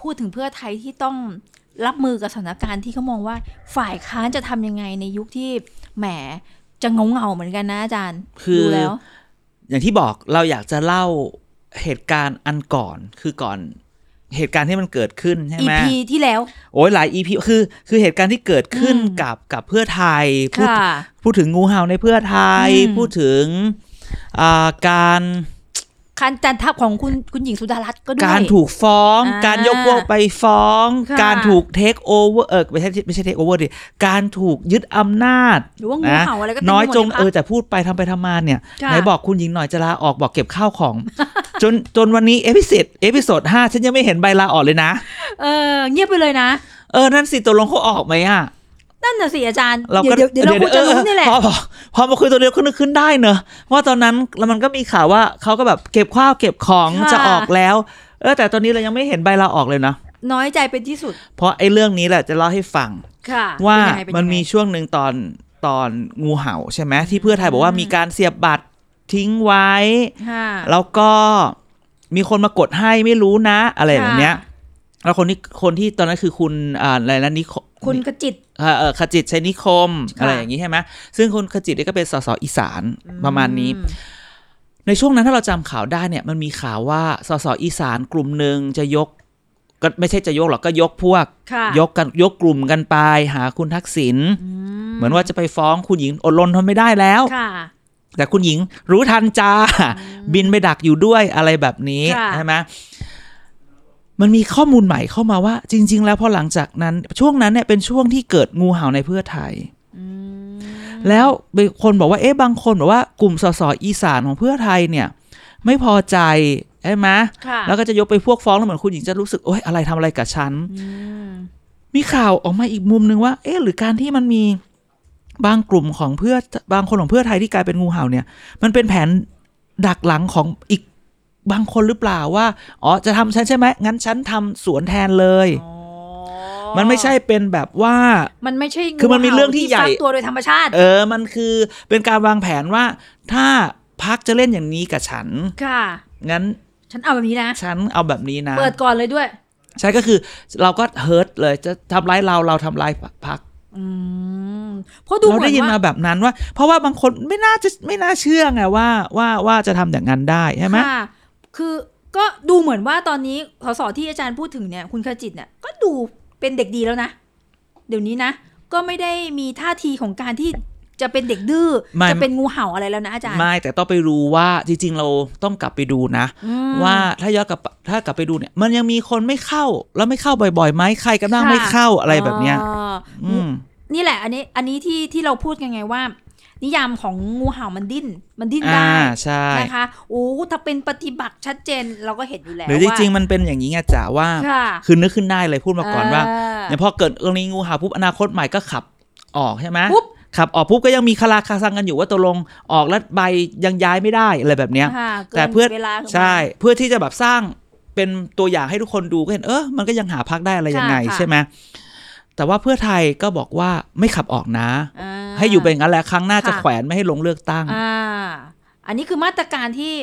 Speaker 2: พูดถึงเพื่อไทยที่ต้องรับมือกับสถานการณ์ที่เขามองว่าฝ่ายค้านจะทำยังไงในยุคที่แหมจะงงเหงาเหมือนกันนะอาจารย์
Speaker 1: คือ
Speaker 2: ดูแล้ว
Speaker 1: อย่างที่บอกเราอยากจะเล่าเหตุการณ์อันก่อนคือก่อนเหตุการณ์ที่มันเกิดขึ้นใช่ไหม
Speaker 2: EP ที่แล้ว
Speaker 1: โอ้ยหลาย EP คือคือเหตุการณ์ที่เกิดขึ้น
Speaker 2: อืม
Speaker 1: กับกับเพื่อไทยพูด
Speaker 2: ค่ะ
Speaker 1: พูดถึงงูเห่าในเพื่อไทย
Speaker 2: อืม
Speaker 1: พูดถึงอ่าการ
Speaker 2: การจันทับของคุณคุณหญิงสุดารัตน์ก็ด้วย
Speaker 1: การถูกฟ้อง
Speaker 2: อ่า
Speaker 1: การยกพวกไปฟ้อง
Speaker 2: ค่ะ
Speaker 1: การถูกเทคโอเวอร์เออไม่ใช่ไม่ใช่เทคโอเวอร์ดิการถูกยึดอำนาจ
Speaker 2: หรือว่างูเห่าอะไรก็เต็มไปหมด
Speaker 1: น้อยจง
Speaker 2: ใพรรค
Speaker 1: เออแต่พูดไปทำไปทำมาเนี่ย
Speaker 2: ค่ะ
Speaker 1: ไหนบอกคุณหญิงหน่อยจะลาออกบอกเก็บข้าวของ จนจนวันนี้เอพิเซดเอพิโซดห้าฉันยังไม่เห็นใบลาออกเลยนะ
Speaker 2: เออเงียบไปเลยนะ
Speaker 1: เออ นั่นสิตกลงเขาออกไหมอ่ะ
Speaker 2: นั่นน่ะสิอาจารย์
Speaker 1: เราก็
Speaker 2: เดี๋ยวเดี๋ยวเดี๋ยวเราคงจะรู้
Speaker 1: ออ
Speaker 2: นี่แหละ
Speaker 1: พอพอพอมาคุยตัวเดียวก็นึกขึ้นได้เนอะว่าตอนนั้นแล้วมันก็มีข่าวว่าเขาก็แบบเก็บข้าวเก็บของ
Speaker 2: ค่ะ
Speaker 1: จะออกแล้ว เออแต่ตอนนี้เรายังไม่เห็นใบลาออกเลยนะ
Speaker 2: น้อยใจเป็นที่สุด
Speaker 1: เพราะไอ้เรื่องนี้แหละจะเล่าให้ฟัง
Speaker 2: ค่ะ
Speaker 1: ว่า
Speaker 2: เป็นยังไงเป็ยังไง
Speaker 1: มันมีช่วงหนึ่งตอนตอนงูเห่าใช่ไหมที่เพื่อไทยบอกว่า
Speaker 2: อืม
Speaker 1: มีการเสียบบัตรทิ้งไว้
Speaker 2: ค่ะ
Speaker 1: แล้วก็มีคนมากดให้ไม่รู้นะ อะไรแบบเนี้ย
Speaker 2: ค่ะ
Speaker 1: แล้วคนที่คนที่ตอนนั้นคือคุณอ่าอะไรนะนิโค
Speaker 2: คุณกจิต
Speaker 1: เอ่อเอ่อขจิตชัยนิคม
Speaker 2: ค่ะ
Speaker 1: อะไรอย่างนี้ใช่ไหมซึ่งคุณขจิตเนี่ยก็เป็นสสอีสานประมาณนี้
Speaker 2: อื
Speaker 1: ในช่วงนั้นถ้าเราจำข่าวได้เนี่ยมันมีข่าวว่าสสอีสานกลุ่มหนึ่งจะยกก็ไม่ใช่จะยกหรอกก็ยกพวก
Speaker 2: ค่ะ
Speaker 1: ยกกันยกกลุ่มกันไปหาคุณทักษิณ
Speaker 2: อื
Speaker 1: เหมือนว่าจะไปฟ้องคุณหญิงอดรนทนไม่ได้แล้ว
Speaker 2: ค่ะ
Speaker 1: แต่คุณหญิงรู้ทันจ้า บินไปดักอยู่ด้วยอะไรแบบนี้
Speaker 2: ค่ะ
Speaker 1: ใช่ไหมมันมีข้อมูลใหม่เข้ามาว่า จริง ๆ แล้วพอหลังจากนั้น ช่วงนั้นเนี่ยเป็นช่วงที่เกิดงูเห่าในเพื่อไทย
Speaker 2: อืม
Speaker 1: แล้วมีคนบอกว่าเอ๊ะบางคนบอกว่ากลุ่มสสอีสานของเพื่อไทยเนี่ย ไม่พอใจใช่ไหม
Speaker 2: ค่ะ
Speaker 1: แล้วก็จะยกไปพวกฟ้องแล้วเหมือนคุณหญิงจะรู้สึกโอ๊ยอะไรทำอะไรกับฉัน
Speaker 2: อืม
Speaker 1: มีข่าวออกมาอีกมุมหนึ่งว่า เอ๊ะ หรือการที่มันมีบางกลุ่มของเพื่อบางคนของเพื่อไทยที่กลายเป็นงูเห่าเนี่ย มันเป็นแผนดักหลังของอีกบางคนหรือเปล่าว่า อ๋อ จะทำฉันใช่ไหม งั้นฉันทำสวนแทนเลย
Speaker 2: อ๋อ
Speaker 1: มันไม่ใช่เป็นแบบว่า
Speaker 2: มันไม่ใช่
Speaker 1: คือมันมีเรื่องที่ใหญ่
Speaker 2: ฟักตัวโดยธรรมชาติ
Speaker 1: เออ มันคือเป็นการวางแผนว่า ถ้าพักจะเล่นอย่างนี้กับฉัน
Speaker 2: ค่ะ
Speaker 1: งั้น
Speaker 2: ฉันเอาแบบนี้นะ
Speaker 1: ฉันเอาแบบนี้นะ
Speaker 2: เปิดก่อนเลยด้วย
Speaker 1: ใช่ก็คือเราก็เฮิร์ตเลย จะทำร้ายเรา เราทำร้ายพัก
Speaker 2: อืมเพราะดู
Speaker 1: เรา
Speaker 2: เหมือ
Speaker 1: ได้
Speaker 2: น
Speaker 1: ยินมา
Speaker 2: ว่า
Speaker 1: แบบนั้นว่า เพราะว่าบางคนไม่น่าจะไม่น่าเชื่อไงว่าว่าว่าจะทำอย่างนั้นได้ใช่ไหม
Speaker 2: ค่ะคือก็ดูเหมือนว่าตอนนี้สสที่อาจารย์พูดถึงเนี่ย คุณขจิตเนี่ยก็ดูเป็นเด็กดีแล้วนะ เดี๋ยวนี้นะ ก็ไม่ได้มีท่าทีของการที่จะเป็นเด็กดื้อจะเป็นงูเห่าอะไรแล้วนะอาจารย์
Speaker 1: ไม่แต่ต้องไปรู้ว่าจริง ๆ เราต้องกลับไปดูนะ
Speaker 2: อืม
Speaker 1: ว่าถ้าย้อนกลับถ้ากลับไปดูเนี่ย มันยังมีคนไม่เข้า แล้วไม่เข้าบ่อยๆไหมใครกันบ้าง
Speaker 2: ค่ะ
Speaker 1: ไม่เข้าอะไรแบบเนี้ย
Speaker 2: อ่า
Speaker 1: อืม
Speaker 2: นี่แหละ อันนี้อันนี้ที่ที่เราพูดกันไงว่า นิยามของงูเห่ามันดิ้น มันดิ้น
Speaker 1: อ่า
Speaker 2: ได้
Speaker 1: ใช่
Speaker 2: นะคะโอ้ถ้าเป็นปฏิบัติชัดเจนเราก็เห็นอยู่แล้ว
Speaker 1: หรือจริง ๆ มันเป็นอย่างนี้ไงจ๋าว่า
Speaker 2: ๆค่ะ
Speaker 1: คือนึกขึ้นได้เลยพูดมาก่อนว่า
Speaker 2: เ
Speaker 1: เนี่ยพอเกิดกรณีงูเห่าปุ๊บอนาคตใหม่ก็ขับออกใช่ไหม
Speaker 2: ปุ๊บ
Speaker 1: ขับออกปุ๊บก็ยังมีคาราคาซังกันอยู่ว่าตกลงออกแล้วใบยังย้ายไม่ได้อะไรแบบเนี้ย
Speaker 2: ค่ะ
Speaker 1: แต่เพื่อ
Speaker 2: กิวลาของมัน
Speaker 1: ใช่เพื่อที่จะแบบสร้างเป็นตัวอย่างให้ทุกคนดูก็เห็นเออมันก็ยังหาพักได้อะไรยังไง
Speaker 2: ค่ะค่ะ
Speaker 1: ใช่ไหมแต่ว่าเพื่อไทยก็บอกว่าไม่ขับออกนะ
Speaker 2: อ่า
Speaker 1: ให้อยู่เป็นอย่างนั้นแหละครั้งหน้าจะ
Speaker 2: ค่ะ
Speaker 1: แขวนไม่ให้ลงเลือกตั้ง
Speaker 2: อ่า อันนี้คือมาตรการที่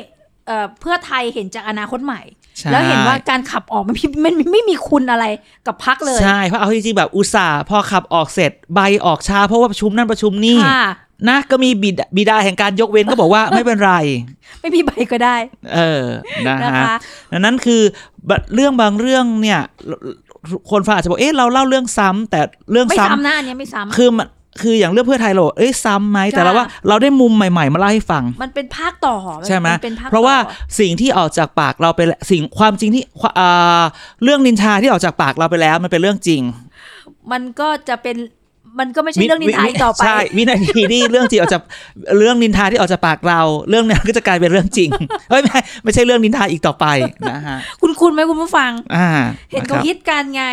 Speaker 2: เอ่อเพื่อไทยเห็นจากอนาคตใหม่
Speaker 1: ใช่
Speaker 2: แล้วเห็นว่าการขับออกมัน (laughs) ไม่มันไม่มีคุณอะไรกับพักเลย
Speaker 1: ใช่เพราะเอาจริงๆแบบอุตส่าห์พอขับออกเสร็จใบออกช้าเพราะว่าประชุมนั่นประชุมนี่
Speaker 2: ค่ะ
Speaker 1: นะก็มีบิดบิดาแห่งการยกเว้นก็บอกว่า ไม่เป็นไร
Speaker 2: ไม่มีใบก็ได้
Speaker 1: เออนะ
Speaker 2: นะ
Speaker 1: ฮะ
Speaker 2: คะ
Speaker 1: ดังนั้นคือบะเรื่องบางเรื่องเนี่ย คนฟังอาจจะบอกเอ๊ะเราเล่าเรื่องซ้ำแต่เรื่อง
Speaker 2: ไม่
Speaker 1: ซ้ำ
Speaker 2: ซ้ำนะอันเนี้ยไม่ซ้ำ
Speaker 1: คือมันคืออย่างเรื่องเพื่อไทยเราบอกเอ้ยซ้ำไหมแต่เรา
Speaker 2: ค่ะ
Speaker 1: ว่าเราได้มุมใหม่ๆ มาเล่าให้ฟัง
Speaker 2: มันเป็นภาคต่อ
Speaker 1: ใช่ไหม
Speaker 2: นเป็นภาคต่อ
Speaker 1: เพราะว่าสิ่งที่ออกจากปากเราไปแล้วสิ่งความจริงที่ควอ่าเรื่องนินทาที่ออกจากปากเราไปแล้วมันเป็นเรื่องจริง
Speaker 2: มันก็จะเป็นมันก็ไม่ใช่เรื่องนินทา
Speaker 1: วิ
Speaker 2: อีกต่อไป
Speaker 1: ใช่วินาทีที่เรื่องจริงออกจากเรื่องนินทาที่ออกจากปากเรา เรื่องนั้นก็จะกลายเป็นเรื่องจริง (laughs) เฮ้ยไม่ไม่ใช่เรื่องนินทาอีกต่อไปนะฮะ
Speaker 2: คุณคุณไหมคุณผู้ฟัง
Speaker 1: อ่า
Speaker 2: เห็นเขา
Speaker 1: ะครับ
Speaker 2: ฮิตกันไง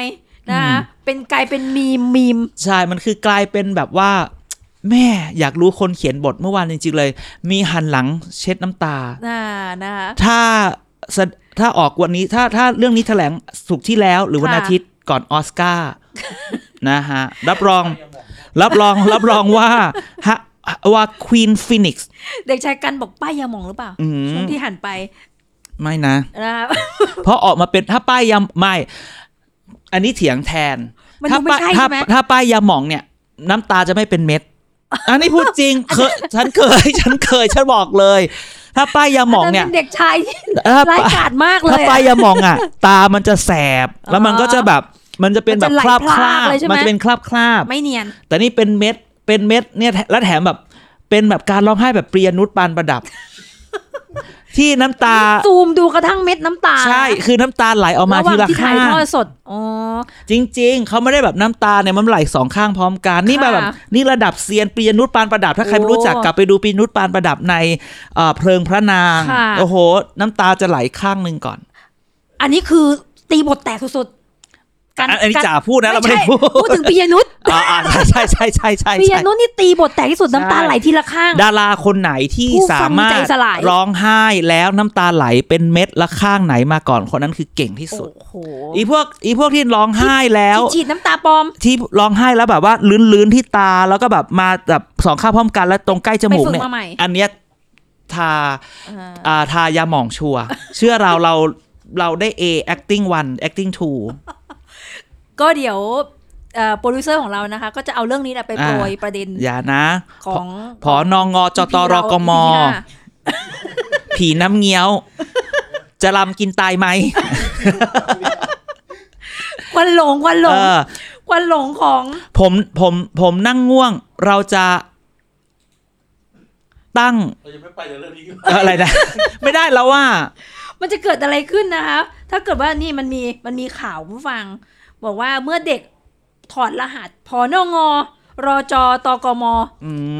Speaker 2: นะคะเป็นกลายเป็นมีมมีม
Speaker 1: ใช่มันคือกลายเป็นแบบว่า แม่อยากรู้คนเขียนบทเมื่อวานจริง ๆ เลย มีหันหลังเช็ดน้ำตา
Speaker 2: น่านะคะ
Speaker 1: ถ้าสะถ้าออกวันนี้ถ้าถ้าเรื่องนี้แถลงสุกร์ที่แล้วหรือวัน
Speaker 2: ค่ะ
Speaker 1: อาทิตย์ก่อนออสการ์ (laughs) นะฮะ รับรอง รับรองรับรองว่า (laughs) ฮะว่าควีนฟินิกซ์
Speaker 2: เด็กชายกันบอกป้ายยาหมองหรือเปล่า
Speaker 1: อืม
Speaker 2: ช่วงที่หันไป
Speaker 1: ไม่นะ
Speaker 2: นะคะ
Speaker 1: เพราะออกมาเป็นถ้าป้ายยาไม่ อันนี้เถียงแทน
Speaker 2: มัน
Speaker 1: ถ้า
Speaker 2: ดูไม่
Speaker 1: ป้าย
Speaker 2: ใช่
Speaker 1: ถ้า
Speaker 2: ใช่ไหม
Speaker 1: ถ้าป้ายยาหมองเนี่ย น้ำตาจะไม่เป็นเม็ด อันนี้พูดจริงเคยฉันเคย ฉันเคย ฉันบอกเลย ถ้าป้ายยาหมองเนี่ย
Speaker 2: แต่ป็เด็กชายที่
Speaker 1: ถ้า
Speaker 2: ร้าย
Speaker 1: ป้า
Speaker 2: กาจมากเล
Speaker 1: ถ้ายไป
Speaker 2: อะ
Speaker 1: อย่ามองอ่ะ ตามันจะแสบ แล้วมันก็จะแบบ มันจะเป็นแบบ
Speaker 2: มันจะไหล
Speaker 1: คราบ
Speaker 2: พราร
Speaker 1: คาก บ
Speaker 2: เลยใช่ไหม
Speaker 1: มันจะเป็นคราบคราบ
Speaker 2: ไม่เนียน
Speaker 1: แต่นี่เป็นเม็ด เป็นเม็ดเนี่ยแล้วแถมแบบ เป็นแบบการร้องไห้แบบเปรียนุชปานประ
Speaker 2: (laughs)
Speaker 1: ดับ ที่น้ำตา
Speaker 2: ซูมดูกระทั่งเม็ดน้ำตา
Speaker 1: ใช่ คือน้ำตาไหลออกมา
Speaker 2: ระหว่
Speaker 1: ที
Speaker 2: ง
Speaker 1: ละ
Speaker 2: ที่ถ่า
Speaker 1: ข้าย ง
Speaker 2: ทอดสด อ๋อ
Speaker 1: จริง ๆ เขาไม่ได้แบบน้ำตาเนี่ยมันไหลสองข้างพร้อมกัน นี่แบบ
Speaker 2: ค่ะ
Speaker 1: นี่ระดับเซียนปรียนุชปานประดับ ถ้าใครไม่รู้จัก
Speaker 2: โอ้
Speaker 1: กลับไปดูปรียนุชปานประดับในเอ่อเพลิงพระนาง
Speaker 2: ค่ะ
Speaker 1: โอ้โห น้ำตาจะไหลข้างหนึ่งก่อน
Speaker 2: อันนี้คือตีบทแตกสุดๆ
Speaker 1: อันอันนี้จ่าพูดนะเราไม่ได้
Speaker 2: ใช่
Speaker 1: พูด
Speaker 2: พูดถึงปิยนุช
Speaker 1: อ่าอ่าใช่ใช่ใช่ใช่
Speaker 2: ปิย
Speaker 1: ใช่
Speaker 2: นุชนี่ตีบทแตกที่สุด
Speaker 1: ใช่
Speaker 2: น้ำตาไหลทีละข้าง
Speaker 1: ดาราคนไหนที่
Speaker 2: ผู้ฟัง
Speaker 1: สามารถ
Speaker 2: ใจสลาย
Speaker 1: ร้องไห้แล้วน้ำตาไหลเป็นเม็ดละข้างไหนมาก่อนคนนั้นคือเก่งที่สุด
Speaker 2: โอ้โห
Speaker 1: อีพวกอีพวกที่ร้องไห้แล้ว
Speaker 2: ฉีดน้ำตาปลอม
Speaker 1: ที่ร้องไห้แล้วแบบว่าลื้นๆที่ตาแล้วก็แบบมาแบบสองข้างพร้อมกันแล้วตรงใกล้จมูกเนี่ย
Speaker 2: ไปฝึกมาใหม่
Speaker 1: อันเนี้ยทา
Speaker 2: เออ
Speaker 1: อ่าทายาหมองชัว
Speaker 2: (laughs)
Speaker 1: ร์เชื่อเราเราเราได้ A acting 1 acting
Speaker 2: ก็เดี๋ยวเอ่อโปรดิวเซอร์ของเรานะคะ ก็จะเอาเรื่องนี้แหละไปโปรยประเด็น
Speaker 1: 2 อย่านะ
Speaker 2: ของ
Speaker 1: พอนองงอจตรกม
Speaker 2: พี่ๆค่ะ
Speaker 1: ผีน้ำเงี้ยว จะลำกินตายไหม
Speaker 2: ควันหลงควันหล
Speaker 1: เอง อ
Speaker 2: ควันหลงของ
Speaker 1: ผมผมผมนั่งง่วงเราจะตั้ง
Speaker 3: เรายังไม่ไปจากเรื่องนี้
Speaker 1: เอ่ออะไรนะ (laughs) ไม่ได้แล้วว่า
Speaker 2: มันจะเกิดอะไรขึ้นนะคะถ้าเกิดว่านี่มันมีมันมีข่าวผู้ฟัง บอกว่าเมื่อเด็กถอดรหัสพอนงรอจอตกม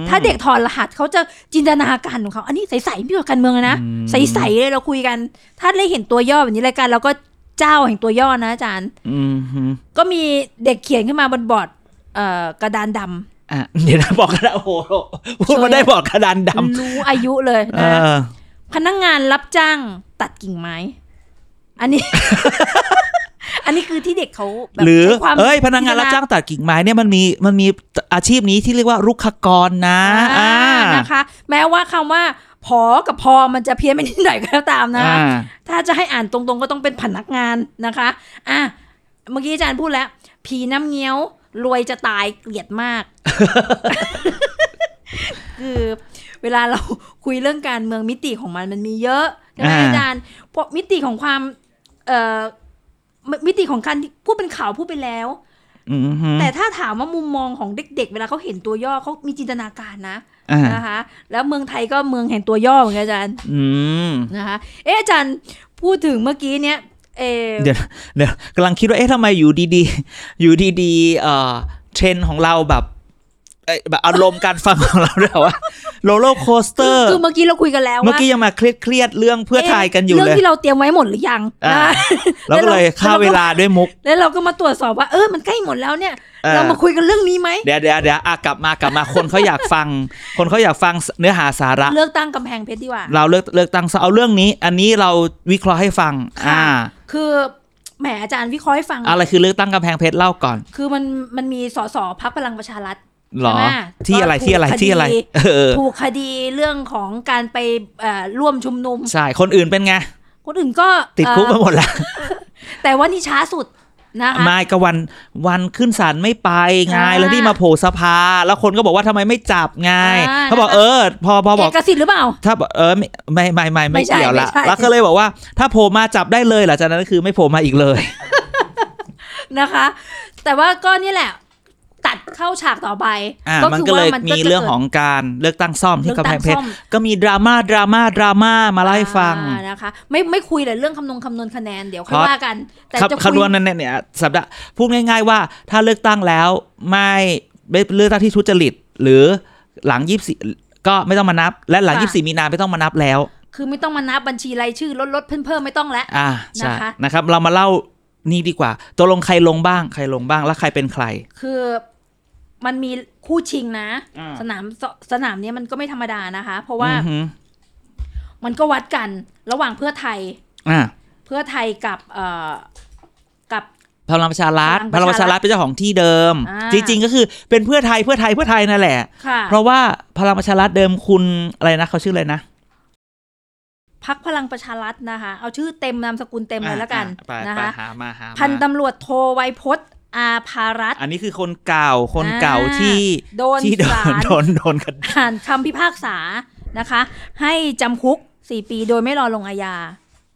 Speaker 2: ถ้าเด็กถอดรหัสเขาจะจินตนาการของเขา อันนี้ใสๆไม่เกี่ยวกับการเมืองเลยนะ
Speaker 1: อืม
Speaker 2: ใสๆเลยเราคุยกัน ถ้าได้เห็นตัวย่อแบบนี้รายการเราก็เจ้าแห่งตัวย่อนะอาจารย์
Speaker 1: อืมฮึ
Speaker 2: ก็มีเด็กเขียนขึ้นมาบนบอร์ดเอ่อกระดานดำ
Speaker 1: อ่ะเดี๋ยวนะบอกกระดานโอ้โหพูดมาได้บอกกระดานด
Speaker 2: รู้อายุเลย
Speaker 1: ำเอ
Speaker 2: นะ
Speaker 1: อ
Speaker 2: พนักงานรับจ้างตัดกิ่งไม้ อันนี้ (laughs) อันนี้คือที่เด็กเขาแบบ
Speaker 1: หรือ
Speaker 2: ใช้ความ
Speaker 1: เอ้ย พนักงานรับจ้างตัดกิ่งไม้เนี่ยมันมีมันมีอาชีพนี้ที่เรียกว่ารุกขกรนะ
Speaker 2: อ่า
Speaker 1: อ่า
Speaker 2: นะคะ แม้ว่าคำว่าพอกับพอมันจะเพี้ยนไปนิดหน่อยก็แล้วตามนะ
Speaker 1: อ่า
Speaker 2: ถ้าจะให้อ่านตรงๆก็ต้องเป็นพนักงานนะคะ อ่ะ เมื่อกี้อาจารย์พูดแล้ว ผีน้ำเงี้ยว รวยจะตายเกลียดมาก (laughs) คือเวลาเราคุยเรื่องการเมืองมิติของมันมันมีเยอะใช่ไหมอาจารย์เพราะมิติของความ เอ่อมิมิติของการที่พูดเป็นข่าวพูดไปแล้ว
Speaker 1: อืมฮึ
Speaker 2: แต่ถ้าถามว่ามุมมองของเด็ก ๆ เวลาเขาเห็นตัวย่อเขามีจินตนาการนะ
Speaker 1: อ่า
Speaker 2: นะคะ แล้วเมืองไทยก็เมืองแห่งตัวย่อเหมือนกันอาจารย์
Speaker 1: อืม
Speaker 2: นะคะเอ๊ะอาจารย์พูดถึงเมื่อกี้เนี่ยเออ
Speaker 1: เดี๋ยวเดี๋ยวกำลังคิดว่าเอ๊ะทำไมอยู่ดีๆ (laughs) อยู่ดีๆเอ่อเทรนด์ของเราแบบเอ้ยแบบอารมณ์การฟังของเราแบบ (laughs) ว่าโรลโลโคสเต
Speaker 2: คืออ
Speaker 1: ร์
Speaker 2: คือเมื่อกี้เราคุยกันแล้ว
Speaker 1: เมื่อ
Speaker 2: ว่า
Speaker 1: กี้ยังมาเครียดเครียดๆเรื่องเพื่อไทยกันอยู่
Speaker 2: เรื่อ
Speaker 1: เลย
Speaker 2: งที่เราเตรียมไว้หมดหรือยัง
Speaker 1: อ่า
Speaker 2: นะ
Speaker 1: เราก็เลย
Speaker 2: แล้วเรา
Speaker 1: ฆ่าเวลาด้วยมุก
Speaker 2: แล้วเราก็มาตรวจสอบว่าเออมันใกล้หมดแล้วเนี่ย
Speaker 1: เออ
Speaker 2: เรามาคุยกันเรื่องนี้ไหม
Speaker 1: เดี๋ยวเดี๋ยวเดี๋ยวอ่ะกลับมากลับมาคนเขาอยากฟัง (laughs) คนเขาอยากฟังเนื้อหาสาระ
Speaker 2: เลือกตั้งกำแพงเพชรดีกว่า
Speaker 1: เราเลือกเลือกตั้งซะเอาเรื่องนี้ อันนี้เราวิเคราะห์ให้ฟัง อ่า
Speaker 2: ค่ะคือแหมอาจารย์วิเคราะห์ให้ฟัง
Speaker 1: อะไรคือเลือกตั้งกำแพงเพชรเล่าก่อน
Speaker 2: คือมันมันมีสสพักพลังประชารัฐ
Speaker 1: หรอ
Speaker 2: ใช่ไหม
Speaker 1: ที่อะไร
Speaker 2: ก็ถูก
Speaker 1: ที่อะไร
Speaker 2: คดี
Speaker 1: ที่อะไร เออ
Speaker 2: ถูกคดีเรื่องของการไปเอ่อร่วมชุมนุม
Speaker 1: ใช่ คนอื่นเป็นไง
Speaker 2: คนอื่นก็
Speaker 1: ติดคุกมา
Speaker 2: เอ่อ
Speaker 1: หมดแล้ว
Speaker 2: แต่ว่านี่ช้าสุดนะคะ
Speaker 1: ไม่ก็วันวันขึ้นศาลไม่ไปไง
Speaker 2: อ่า
Speaker 1: แล้วที่มาโผล่สภา แล้วคนก็บอกว่าทำไมไม่จับไง
Speaker 2: อ่า
Speaker 1: เขาบอก
Speaker 2: นะคะ
Speaker 1: เออ พอพอบอก
Speaker 2: เอกสิทธิ์หรือเปล่า
Speaker 1: ถ้าเออไม่ไม่ไม่ไม่
Speaker 2: ไม่
Speaker 1: ไม่
Speaker 2: ใช่
Speaker 1: เกี่ยวละ
Speaker 2: ไม่ใช่
Speaker 1: แล้วก็เลยบอกว่า ถ้าโผล่มาจับได้เลยหลังจากนั้นก็คือไม่โผล่มาอีกเลย
Speaker 2: นะคะ แต่ว่าก็เนี่ยแหละ ตัดเข้าฉากต่อไป
Speaker 1: อ่ะมัน
Speaker 2: คื
Speaker 1: ก็เลยมี
Speaker 2: จะ
Speaker 1: เรื่องของการเลือกตั้งซ่อม
Speaker 2: กิด
Speaker 1: ที่กำแพงเพชร
Speaker 2: รื่อตั้
Speaker 1: ก็มีดราม่าดราม่าดราม่ามา
Speaker 2: ซ่อม
Speaker 1: เล่าให้ฟัง
Speaker 2: อ่านะคะ ไม่ไม่คุยเลยเรื่องคำนวณคำนวณคะแนนเดี๋ยวค่อยว่ากัน แต่
Speaker 1: ครับ
Speaker 2: จะ
Speaker 1: คำนวณนั้นเนี่ยสัปดาห์พูดง่ายๆว่าถ้าเลือกตั้งแล้วไม่ไม่เลือกตั้งที่ทุจริต หรือหลังยี่สิบก็ไม่ต้องมานับ และหลังยี่สิบมีนาไม่ต้องมานับแล้ว
Speaker 2: คือไม่ต้องมานับบัญชีรายชื่อลดลดเพิ่มเพิ่มไม่ต้องแล้ว
Speaker 1: อ่าใช่
Speaker 2: นะคะ
Speaker 1: นะครับ เรามาเล่า นี่ดีกว่าตกลงใครลงบ้างใครลงบ้างแล้วใครเป็นใคร
Speaker 2: คือมันมีคู่ชิงนะ
Speaker 1: อ่า
Speaker 2: สนามสสนามเนี้ยมันก็ไม่ธรรมดานะคะ เพราะว่า
Speaker 1: อือหือ
Speaker 2: มันก็วัดกันระหว่างเพื่อไทย
Speaker 1: อ่า
Speaker 2: เพื่อไทยกับเอ่อกับ
Speaker 1: พลังประชารัฐพ
Speaker 2: พลั
Speaker 1: ลัง
Speaker 2: ง
Speaker 1: ป
Speaker 2: ประ ระ
Speaker 1: ชา
Speaker 2: ชารั
Speaker 1: รัฐ
Speaker 2: ฐ
Speaker 1: เป็นเจ้าของที่เดิม
Speaker 2: อ่า
Speaker 1: จริง ๆ ก็คือเป็นเพื่อไทยเพื่อไทยเพื่อไทยนั่นแหละ
Speaker 2: ค่ะ
Speaker 1: เพราะว่าพลังประชารัฐเดิมคุณอะไรนะเขาชื่ออะไรนะ
Speaker 2: พักพลังประชารัฐนะคะ เอาชื่อเต็มนามสกุลเต็มเลยแล้วกัน
Speaker 1: อ่ะไป
Speaker 2: นะ
Speaker 1: ไป
Speaker 2: คะ
Speaker 1: หามาหามา
Speaker 2: พันตำรวจโทไวยพจน์อาภารัตน์
Speaker 1: อันนี้คือคนเก่าคนเก่า
Speaker 2: อ่า
Speaker 1: ที่
Speaker 2: โดน
Speaker 1: ที่โด
Speaker 2: ศาน ล
Speaker 1: โดนโดนกัน
Speaker 2: อ่านคำพิพากษานะคะ ให้จำคุก 4 ปีโดยไม่รอลงอาญา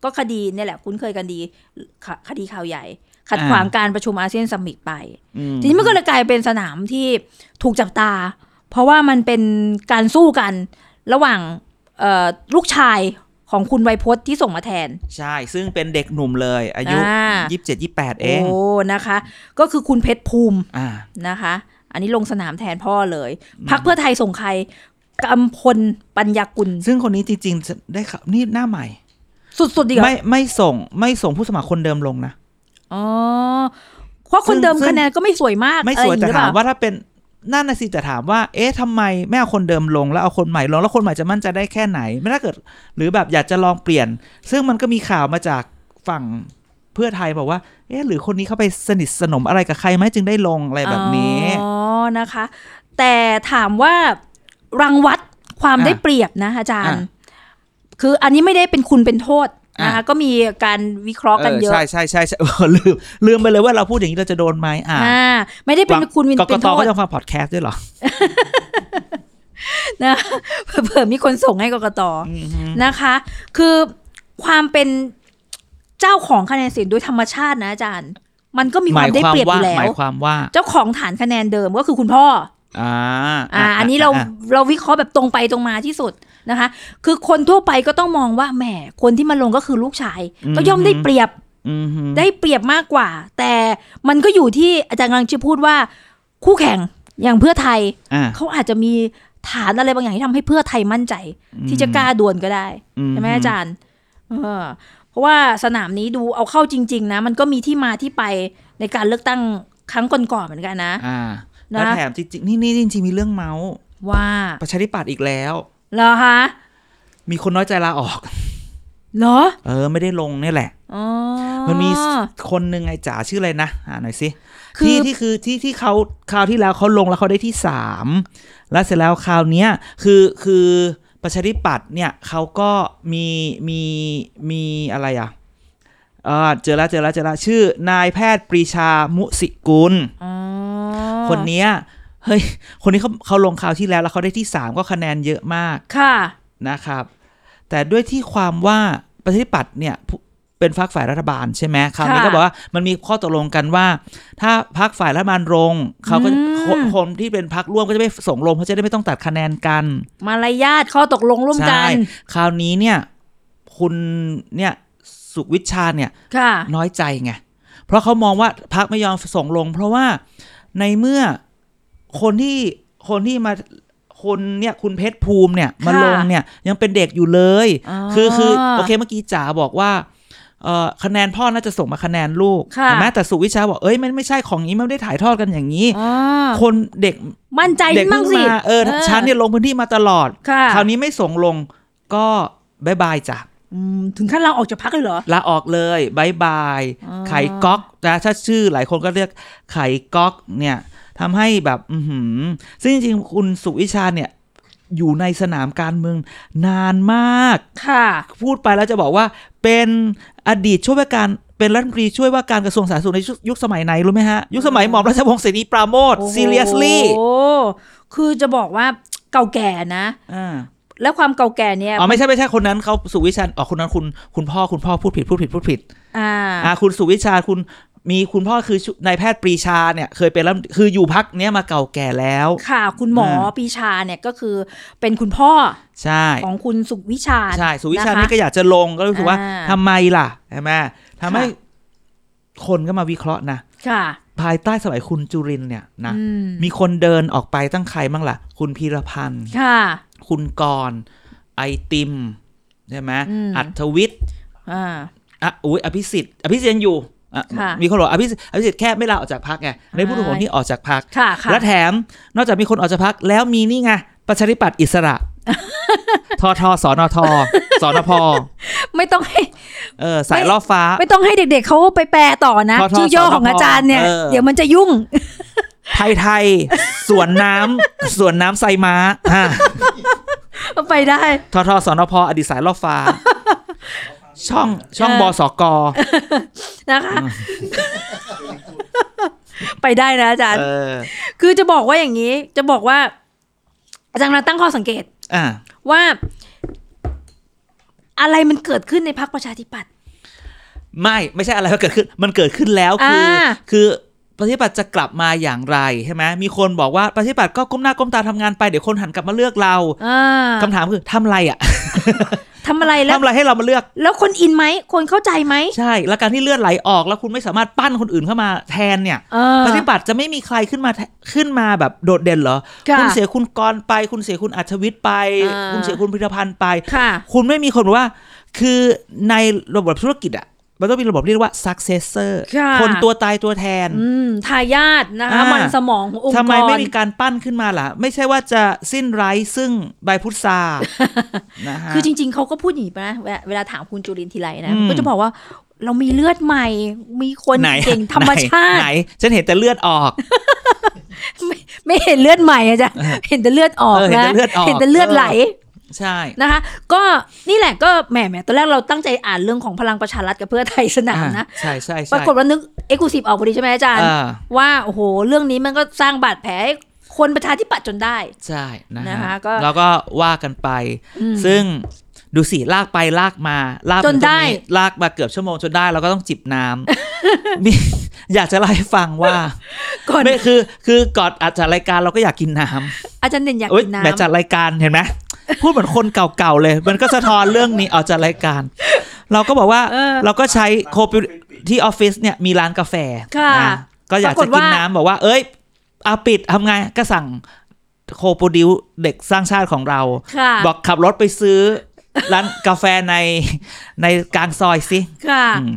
Speaker 2: ก็คดีเนี่ยแหละคุ้นเคยกันดีคคดีข่าวใหญ่ ขัดขวางการประชุมอาเซียนซัมมิตไป
Speaker 1: อืม
Speaker 2: ทีนี้มันก็เลยกลายเป็นสนามที่ถูกจับตา เพราะว่ามันเป็นการสู้กันระหว่างเอ่อลูกชายของคุณไวยพจน์ที่ส่งมาแทน
Speaker 1: ใช่ ซึ่งเป็นเด็กหนุ่มเลย อายุ
Speaker 2: อ่า
Speaker 1: ยี่สิบเจ็ดยี่แปดเอ
Speaker 2: โอ้
Speaker 1: ง
Speaker 2: นะคะ ก็คือคุณเพชรภูมิ
Speaker 1: อ่า
Speaker 2: นะคะ อันนี้ลงสนามแทนพ่อเลยพักเพื่อไทยส่งใครกำพลปัญญากุล
Speaker 1: ซึ่งคนนี้จริงๆได้ข่าวนี่หน้าใหม่
Speaker 2: สุดๆเดียว
Speaker 1: ไม่ไม่ส่งไม่ส่งผู้สมัครคนเดิมลงนะ
Speaker 2: อ๋อเพราะคนเดิม
Speaker 1: ซึ่ง
Speaker 2: คะแนนก็ไม่สวยมาก
Speaker 1: ไม่สวย
Speaker 2: อะไรอ
Speaker 1: แต่
Speaker 2: งงี้หรือเป
Speaker 1: ถาม
Speaker 2: ล่
Speaker 1: ว่าถ้าเป็นนั่นนะสิแต่ถามว่า เอ๊ะทำไมไม่เอาคนเดิมลงแล้วเอาคนใหม่ลง แล้วคนใหม่จะมั่นใจได้แค่ไหน ไม่ถ้าเกิด หรือแบบอยากจะลองเปลี่ยน ซึ่งมันก็มีข่าวมาจากฝั่งเพื่อไทยบอกว่า เอ๊ะหรือคนนี้เขาไปสนิทสนมอะไรกับใครไหมจึงได้ลงอะไรแบบนี้
Speaker 2: อ๋อนะคะ แต่ถามว่ารังวัดความ
Speaker 1: อ่ะ
Speaker 2: ได้เปรียบนะอาจารย์
Speaker 1: อ่ะ
Speaker 2: คืออันนี้ไม่ได้เป็นคุณเป็นโทษนะคะ
Speaker 1: อ่ะ
Speaker 2: ก็มีการวิเคราะห์กันเยอะ
Speaker 1: ใช่ใช่ใช่ใช่เอ (laughs) อลืมลืมไปเลยว่าเราพูดอย่างนี้เราจะโดนไหมอ่า
Speaker 2: อ่าไม่ได้เป็นคุณ
Speaker 1: กก
Speaker 2: เป็น
Speaker 1: ต
Speaker 2: โทษ
Speaker 1: ก็จะฟังพอดแคสต์ด้วยเหรอ
Speaker 2: นะ เผื่อมีคนส่งให้กกต
Speaker 1: อืม
Speaker 2: นะคะ คือความเป็นเจ้าของคะแนนเสียงโดยธรรมชาตินะอาจารย์ มันก็มี
Speaker 1: หมาว
Speaker 2: คาม
Speaker 1: ย
Speaker 2: ได้
Speaker 1: ความ
Speaker 2: เปรียบอ
Speaker 1: ว่า
Speaker 2: ยู่แล้
Speaker 1: หมา
Speaker 2: วย
Speaker 1: ความว่า
Speaker 2: เจ้าของฐานคะแนนเดิมก็คือคุณพ่อ
Speaker 1: อ่า
Speaker 2: อ่า อันนี้เรา
Speaker 1: อ่ะ
Speaker 2: เราวิเคราะห์แบบตรงไปตรงมาที่สุดนะคะ คือคนทั่วไปก็ต้องมองว่าแหมคนที่มาลงก็คือลูกชาย ก็ย่อมได้เปรียบ
Speaker 1: อืมฮึ
Speaker 2: ได้เปรียบมากกว่า แต่มันก็อยู่ที่อาจารย์กำลังจะพูดว่า คู่แข่งอย่างเพื่อไทย
Speaker 1: อ่ะ
Speaker 2: เขาอาจจะมีฐานอะไรบางอย่างที่ทำให้เพื่อไทยมั่นใจ ที่จะกล้าดวลก็ได้
Speaker 1: อื
Speaker 2: ใช่ไหมอาจารย์เออเพราะว่าสนามนี้ดูเอาเข้าจริง ๆ นะ มันก็มีที่มาที่ไปในการเลือกตั้งครั้งก่อนๆเหมือนกันนะ
Speaker 1: อ่า
Speaker 2: นะ
Speaker 1: แล้วแถมจริงๆนี่นี่จริงๆมีเรื่องเมาส์
Speaker 2: ว่า
Speaker 1: ประชาธิปัตย์อีกแล้ว
Speaker 2: เหรอคะ
Speaker 1: มีคนน้อยใจลาออก
Speaker 2: เหรอ
Speaker 1: เออ ไม่ได้ลงเนี่ยแหละ
Speaker 2: อ๋อ
Speaker 1: มันมีคนหนึ่งไงจ๋าชื่ออะไรนะอ่าหน่อยสิ
Speaker 2: คือ
Speaker 1: ที่ที่คือที่ที่เขาคราวที่แล้วเขาลงแล้วเขาได้ที่สามแล้วเสร็จแล้วคราวเนี้ยคือคือประชาธิปัตย์เนี่ยเขาก็มีมีมีอะไรอ่ะเออเจอแล้วเจอแล้วเจอแล้วชื่อนายแพทย์ปรีชามุสิกุล
Speaker 2: อ๋อ
Speaker 1: คนเนี้ยเฮ้ย คนนี้เขาเขาลงข่าวที่แล้วแล้วเขาได้ที่สามก็คะแนนเยอะมาก
Speaker 2: ค่ะ
Speaker 1: นะครับ แต่ด้วยที่ความว่าประชาธิปัตย์เนี่ยผู้เป็นพรรคฝ่ายรัฐบาลใช่ไหมคราวนี้
Speaker 2: ค่ะ
Speaker 1: ก็บอกว่ามันมีข้อตกลงกันว่า ถ้าพรรคฝ่ายรัฐบาลลงเขาก็
Speaker 2: อืม
Speaker 1: คนคนที่เป็นพรรคร่วมก็จะไม่ส่งลงเพราะจะได้ไม่ต้องตัดคะแนนกัน
Speaker 2: มารยาทข้อตกลงร่วมกั
Speaker 1: ใช่
Speaker 2: น
Speaker 1: คราวนี้เนี่ย คุณเนี่ยสุวิชาญเนี่ย
Speaker 2: ค่ะ
Speaker 1: น้อยใจไง เพราะเขามองว่าพักไม่ยอมส่งลง เพราะว่าในเมื่อคนที่คนที่มาคนเนี่ยคุณเพชรภูมิเนี่ยมา
Speaker 2: ค่ะ
Speaker 1: ลงเนี่ยยังเป็นเด็กอยู่เลย
Speaker 2: อ๋อ
Speaker 1: คือคือโอเคเมื่อกี้จ๋าบอกว่าเอ่อคะแนนพ่อน่าจะส่งมาคะแนนลูก
Speaker 2: ค่ะ
Speaker 1: ใช่ไหมแต่สุวิชาบอกเอ้ยมันไม่ใช่ของนี้มันไม่ได้ถ่ายทอดกันอย่างนี้
Speaker 2: อ๋อ
Speaker 1: คนเด็ก
Speaker 2: มั่นใจ
Speaker 1: เด็ก
Speaker 2: มั่
Speaker 1: เพิ่
Speaker 2: ง
Speaker 1: ง
Speaker 2: สิ
Speaker 1: มาเออฉันเนี่ยลงพื้นที่มาตลอด
Speaker 2: ค่ะ
Speaker 1: คราวนี้ไม่ส่งลงก็บายบายจ้ะ
Speaker 2: อืมถึงขั้นเราออกจากพักเลยเหรอ
Speaker 1: ลาออกเลยบายบาย
Speaker 2: อ๋อ
Speaker 1: ไข่ก๊อกนะถ้าชื่อหลายคนก็เรียกไข่ก๊อกเนี่ยทำให้แบบ อือหือ ซึ่งจริงๆ คุณสุวิชาเนี่ย อยู่ในสนามการเมืองนานมาก
Speaker 2: ค่ะ
Speaker 1: พูดไปแล้วจะบอกว่าเป็นอดีตช่วยว่าการเป็นรัฐมนตรีช่วยว่าการกระทรวงสาธารณสุขในยุคสมัยไหนรู้ไหมฮะ ยุคสมัยหม่อมราชวงศ์เสนีปราโมท
Speaker 2: โอ้โห
Speaker 1: seriously
Speaker 2: คือจะบอกว่าเก่าแก่นะ
Speaker 1: อ่า
Speaker 2: แล้วความเก่าแก่เนี่ย
Speaker 1: อ๋อไม่ใช่ไม่ใช่คนนั้นเขาสุวิชาอ๋อคนนั้นคุณคุณพ่อคุณพ่อพูดผิดพูดผิดพูดผิด
Speaker 2: อ่า
Speaker 1: อ่าคุณสุวิชาคุณมีคุณพ่อคือนายแพทย์ปรีชาเนี่ยเคยเป็นรัฐมนตรีคืออยู่พักเนี้ยมาเก่าแก่แล้ว
Speaker 2: ค่ะ คุณหมอ
Speaker 1: อ่า
Speaker 2: ปีชาเนี่ยก็คือเป็นคุณพ่อ
Speaker 1: ใช่
Speaker 2: ของคุณสุวิชาญ
Speaker 1: ใช่สุวิชา
Speaker 2: ะคะ
Speaker 1: นี่ก็อยากจะลงก็รู้สึกว่า
Speaker 2: อ่า
Speaker 1: ทำไมล่ะใช่ไหมทำให้
Speaker 2: ค่ะ
Speaker 1: คนก็มาวิเคราะห์นะ
Speaker 2: ค่ะ
Speaker 1: ภายใต้สมัยคุณจุรินทร์เนี่ยนะ
Speaker 2: อืม
Speaker 1: มีคนเดินออกไปตั้งใครบ้างล่ะ คุณพีรพันธ์
Speaker 2: ค่ะ
Speaker 1: คุณกรณ์ไอติมใช่ไหม
Speaker 2: อืม
Speaker 1: อัธวิทย์
Speaker 2: อ่า
Speaker 1: อ่ะอุ้ยอภิสิทธิ์อภิสิทธิ์ยังอยู่ อ่ะ
Speaker 2: ค่ะ
Speaker 1: มีคนบอกอภิสิทธิ์อภิสิทธิ์แค่ไม่ลาออกจากพักไงในผู้ถูก
Speaker 2: อ่า
Speaker 1: นี่ออกจากพัก
Speaker 2: ค่ะค่ะ
Speaker 1: และแถมนอกจากมีคนออกจากพักแล้วมีนี่ไงประชาธิปัตย์อิส
Speaker 2: (laughs)
Speaker 1: ระ ทอทอสอนอทอสอนพ
Speaker 2: ไม่ต้องให้
Speaker 1: เออสายล่อฟ้า
Speaker 2: ไม่ต้องให้เด็กๆเขาไปแปลต่อนะ
Speaker 1: ทอทอ
Speaker 2: ชื่อย่อ
Speaker 1: สท
Speaker 2: ของอาจารย์เนี่ย
Speaker 1: เออ
Speaker 2: เดี๋ยวมันจะยุ่ง (laughs)
Speaker 1: ไทยไทยสวนน้ำสวนน้ำไซม้าอ่ะ
Speaker 2: ไปได้
Speaker 1: ทอทอสอนพอดีตสายล่อ
Speaker 2: (laughs)
Speaker 1: ฟ้า ช่องช่อง
Speaker 2: เออ
Speaker 1: บสก
Speaker 2: นะคะ ไปได้นะอาจารย์
Speaker 1: เออ
Speaker 2: คือจะบอกว่าอย่างนี้ จะบอกว่า อาจารย์กำลังตั้งข้อสังเกต
Speaker 1: อ่ะ
Speaker 2: ว่า อะไรมันเกิดขึ้นในพรรคประชาธิปัตย์
Speaker 1: ไม่ไม่ใช่อะไรมันเกิดขึ้น มันเกิดขึ้นแล้วคือ
Speaker 2: อ่า
Speaker 1: คือประชาธิปัตย์จะกลับมาอย่างไรใช่ไหมมีคนบอกว่าประชาธิปัตย์ก็ก้มหน้าก้มตาทำงานไปเดี๋ยวคนหันกลับมาเลือกเรา
Speaker 2: อ่า
Speaker 1: คำถามคือทำอะไรอ่ะ
Speaker 2: ทำอะไรแล้
Speaker 1: ทำ
Speaker 2: ว
Speaker 1: อะไรให้เรามาเลือก
Speaker 2: แล้วคนอินไหม คนเข้าใจไหม
Speaker 1: ใช่ แล้วการที่เลือดไหลออกแล้วคุณไม่สามารถปั้นคนอื่นเข้ามาแทนเนี่ย
Speaker 2: เออ
Speaker 1: ปฏิบัติจะไม่มีใครขึ้นมาแทขึ้นมาแบบโดดเด่นเหรอ
Speaker 2: ค่ะ
Speaker 1: คุณเสียคุณกรณ์ไป คุณเสียคุณอัธวิทย์ไป
Speaker 2: อ่า
Speaker 1: คุณเสียคุณพิรพันธ์ไป
Speaker 2: ค่ะ
Speaker 1: คุณไม่มีคนบอกว่า คือในระบบธุรกิจอะมันต้องมีระบบเรียกว่า successor
Speaker 2: ค่ะ
Speaker 1: คนตัวตายตัวแทน
Speaker 2: อืมทายาทนะคะ
Speaker 1: อ่ามั
Speaker 2: มันสมองขององค์กร
Speaker 1: ทำไมไม่มีการปั้นขึ้นมาล่ะ ไม่ใช่ว่าจะสิ้นไร้ซึ่งใบพุทธา
Speaker 2: (laughs)
Speaker 1: นะฮะ
Speaker 2: คือจริง ๆ เขาก็พูดอย่างนี้ไปนะเวลาเวลาถามคุณจุลินทีไรนะ
Speaker 1: อืม
Speaker 2: ก็จะบอกว่าเรามีเลือดใหม่ มีคน
Speaker 1: ไหน
Speaker 2: เก่งธรรมชาติ
Speaker 1: ไหนฉันเห็นแต่เลือดออก
Speaker 2: ไม่เห็นเลือดใหม่อะจ๊ะเห็นแต่เลือดออก
Speaker 1: เออเห็น
Speaker 2: นะ
Speaker 1: แต่เลือดออก
Speaker 2: เห็นแต่เลือดไหล
Speaker 1: ใช่
Speaker 2: นะคะ ก็นี่แหละก็แหมแหมตอนแรกเราตั้งใจอ่านเรื่องของพลังประชารัฐกับเพื่อไทยสนามนะ
Speaker 1: อ่าใช่ใช่ใช่
Speaker 2: ปรากฏว่านึกเอ็กซ์คลูซีฟออกพอดีใช่ไหมอาจารย์
Speaker 1: อ่า
Speaker 2: ว่าโอ้โหเรื่องนี้มันก็สร้างบาดแผลให้คนประชาธิปัตย์จนได้
Speaker 1: ใช่นะฮ
Speaker 2: นะคะก็
Speaker 1: แล้วก็ว่ากันไป
Speaker 2: อืม
Speaker 1: ซึ่งดูสิ ลากไปลากมา ลากมา
Speaker 2: จนได้
Speaker 1: ตรงลากมาเกือบชั่วโมงจนได้ แล้วก็ต้องจิบน้ำ มี (laughs) อยากจะเล่าให้ฟัง
Speaker 2: (laughs)
Speaker 1: ว่า
Speaker 2: ก่อน
Speaker 1: ไม่คือ คือก่อนอัดจัดรายการเราก็อยากกินน้ำ
Speaker 2: อาจารย์เด่นอยาก
Speaker 1: เอ้ย
Speaker 2: กิน
Speaker 1: แต่
Speaker 2: น้ำ
Speaker 1: จัดรายการเห็นไหมพูดเหมือนคนเก่าๆเลย มันก็สะท้อนเรื่องนี้ออกจัดรายการ เราก็บอกว่า
Speaker 2: เออ
Speaker 1: เราก็ใช้โคปิที่ออฟฟิศเนี่ยมีร้านกาแฟ
Speaker 2: ค่ะ
Speaker 1: นก็อยาก
Speaker 2: ปรา
Speaker 1: จะกิ
Speaker 2: กฏ
Speaker 1: น
Speaker 2: ว่า
Speaker 1: น้ำบอกว่า เอ้ยเอาปิดทำไงก็สั่งโคโปรดิวเด็กสร้างชาติของเรา
Speaker 2: ค่ะ
Speaker 1: บอกขับรถไปซื้อ ร้านกาแฟใน (laughs) ในกลางซอยสิ
Speaker 2: ค่ะ
Speaker 1: อืม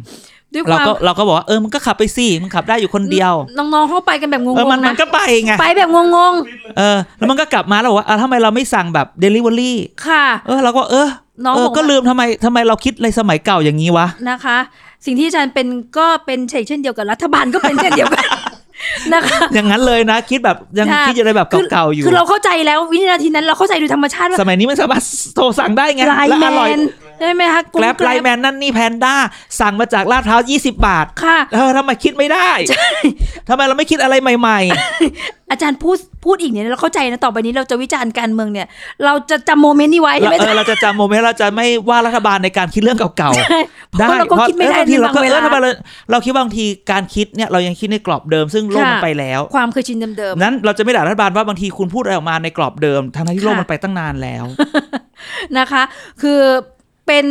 Speaker 2: ด้วยค
Speaker 1: เรา
Speaker 2: วาม
Speaker 1: ก็เราก็บอกว่าเออมันก็ขับไปสิมันขับได้อยู่คนเดียว
Speaker 2: น้องๆเข้าไปกันแบบงง
Speaker 1: เออมัน
Speaker 2: ๆ
Speaker 1: มั
Speaker 2: นะ
Speaker 1: นก็ไปไง
Speaker 2: ไปแบบงง
Speaker 1: เออแล้วมันก็กลับมาแล้วบอกว่าอ่ะทำไมเราไม่สั่งแบบเดลิเวอรี่
Speaker 2: ๆ ค่ะ
Speaker 1: เออเราก็เออ
Speaker 2: น้อง
Speaker 1: เออ
Speaker 2: บอก
Speaker 1: ก็
Speaker 2: ว่า
Speaker 1: ลืมทำไมทำไมเราคิดในสมัยเก่าอย่างนี้วะ
Speaker 2: นะคะ สิ่งที่อาจารย์เป็นก็เป็นเช่นเช่นเดียวกับรัฐบาลก็เป็นเช่น
Speaker 1: (laughs)
Speaker 2: เดียวกัน นะคะ
Speaker 1: อย่างนั้นเลยนะ (laughs) คิดแบบยัง
Speaker 2: ค่ะ
Speaker 1: คิดอะไรแบบเก่าๆอยู่
Speaker 2: คือเราเข้าใจแล้ววินาทีนั้นเราเข้าใจโดยธรรมชาติ
Speaker 1: ส
Speaker 2: ว่า
Speaker 1: มัยนี้มันสามารถ (laughs) โทรสั่งได้ไง
Speaker 2: ไลน์
Speaker 1: และ
Speaker 2: แม
Speaker 1: อร่อย
Speaker 2: นได้ไหมคะ
Speaker 1: แกลบไลน์แมนนั่นนี่แพนด้าสั่งมาจากลาดพร้าว20 บาท
Speaker 2: ค่ะ
Speaker 1: เออทำไมคิดไม่ได้ทำไมเราไม่คิดอะไรใหม่ ๆ
Speaker 2: อาจารย์พูดพูดอีกเนี่ยเราเข้าใจนะต่อไปนี้เราจะวิจารณ์การเมืองเนี่ย เราจะจำโมเมนต์นี้ไว้
Speaker 1: เรา
Speaker 2: ไม่
Speaker 1: เอ
Speaker 2: ได้
Speaker 1: อเราจะจำโมเมนต์เราจะไม่ว่ารัฐบาลในการคิดเรื่องเก่าๆ
Speaker 2: เพราะเราก็คิดไม่
Speaker 1: เออ
Speaker 2: ได้
Speaker 1: บางทีเราก็
Speaker 2: ใน
Speaker 1: เอ
Speaker 2: บางเวลา
Speaker 1: อทำไมเราเราคิดว่าบางทีการคิดเนี่ยเรายังคิดในกรอบเดิมซึ่งโลก
Speaker 2: ค่ะ
Speaker 1: มันไปแล้ว
Speaker 2: ความเคยชินเดิม
Speaker 1: นั้นเราจะไม่ด่ารัฐบาลว่าบางทีคุณพูดอะไรออกมาในกรอบเดิมทั้งๆที่โลก
Speaker 2: ค่ะ
Speaker 1: มันไปตั้งนานแล้ว
Speaker 2: ๆนะคะ คือเป็น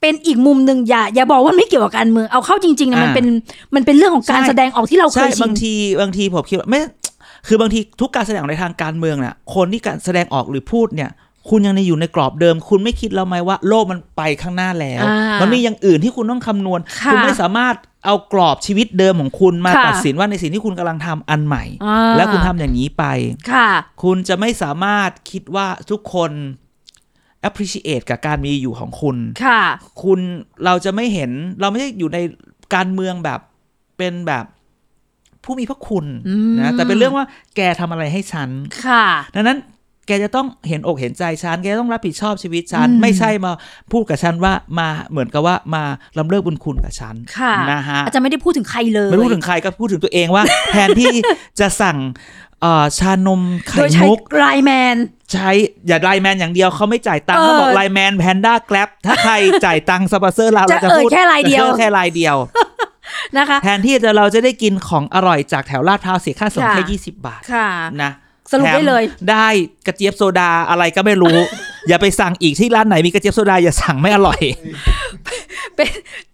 Speaker 2: เป็นอีกมุมหนึ่งอย่า อย่าบอกว่าไม่เกี่ยวกับการเมืองเอาเข้าจริงๆนะมัน
Speaker 1: อ่า
Speaker 2: เป็นมันเป็นเรื่องของการ
Speaker 1: ใช่
Speaker 2: แสดงออกที่เราเค
Speaker 1: ใช่
Speaker 2: ยชิ
Speaker 1: บาน งทีบางทีผมคิดว่าไม่คือบางทีทุกการแสดงออกในทางการเมืองน่ะคนที่การแสดงออกหรือพูดเนี่ย คุณยังในอยู่ในกรอบเดิม คุณไม่คิดแล้วไหมว่าโลกมันไปข้างหน้าแล้ว
Speaker 2: อ่ามั
Speaker 1: มันมีอย่างอื่นที่คุณต้องคำนวณ
Speaker 2: ค่ะ
Speaker 1: ณไม่สามารถเอากรอบชีวิตเดิมของคุณมา
Speaker 2: ค่ะ
Speaker 1: ตัดสินว่าในสิ่งที่คุณกำลังทำอันใหม่
Speaker 2: อ่า
Speaker 1: แล้วคุณทำอย่างนี้ไป
Speaker 2: ค่ะ
Speaker 1: คุณจะไม่สามารถคิดว่าทุกคน appreciate กับการมีอยู่ของคุณ
Speaker 2: ค่ะ
Speaker 1: คุณเราจะไม่เห็นเราไม่ได้อยู่ในการเมืองแบบเป็นแบบผู้มีพระคุณ
Speaker 2: อืม
Speaker 1: นะแต่เป็นเรื่องว่าแกทำอะไรให้ฉัน
Speaker 2: ค่ะ
Speaker 1: ดังนั้นแกจะต้องเห็นอกเห็นใจฉัน แกต้องรับผิดชอบชีวิตฉัน
Speaker 2: อืม
Speaker 1: ไม่ใช่มาพูดกับฉันว่ามาเหมือนกับว่ามาลำเลิกบุญคุณกับฉัน
Speaker 2: ค่ะ
Speaker 1: นะฮะ
Speaker 2: อาจารย์ไม่ได้พูดถึงใครเลย
Speaker 1: ไม่พูดถึงใครก็พูดถึงตัวเองว่า แทนที่จะสั่งเอ่อชานมไข่
Speaker 2: โดยใช้
Speaker 1: มุก
Speaker 2: ไลน์แมน
Speaker 1: ใช้อย่าไลน์แมนอย่างเดียวเขาไม่จ่ายตังค์
Speaker 2: เออ
Speaker 1: เขาบอกไลน์แมนแพนด้าแกลบถ้าใคร จ่ายตังค์สปอนเซอร์เรา
Speaker 2: จะ
Speaker 1: เราจะ
Speaker 2: เอ่ย
Speaker 1: พูด
Speaker 2: แค่รายเดียว
Speaker 1: จะแค่รายเดี
Speaker 2: (laughs)
Speaker 1: ยว
Speaker 2: นะคะ
Speaker 1: แทนที่จะเราจะได้กินของอร่อยจากแถวลาดพร้าวเสียค่าส่ง
Speaker 2: ค่ะ
Speaker 1: แค่ยี่สิบบาท
Speaker 2: ค่ะ
Speaker 1: นะ
Speaker 2: สรุป
Speaker 1: แถม
Speaker 2: ได้เลย
Speaker 1: ได้กระเจี๊ยบโซดาอะไรก็ไม่รู้
Speaker 2: (laughs)
Speaker 1: อย่าไปสั่งอีกที่ร้านไหนมีกระเจี๊ยบโซดาอย่าสั่งไม่อร่อย
Speaker 2: เป็น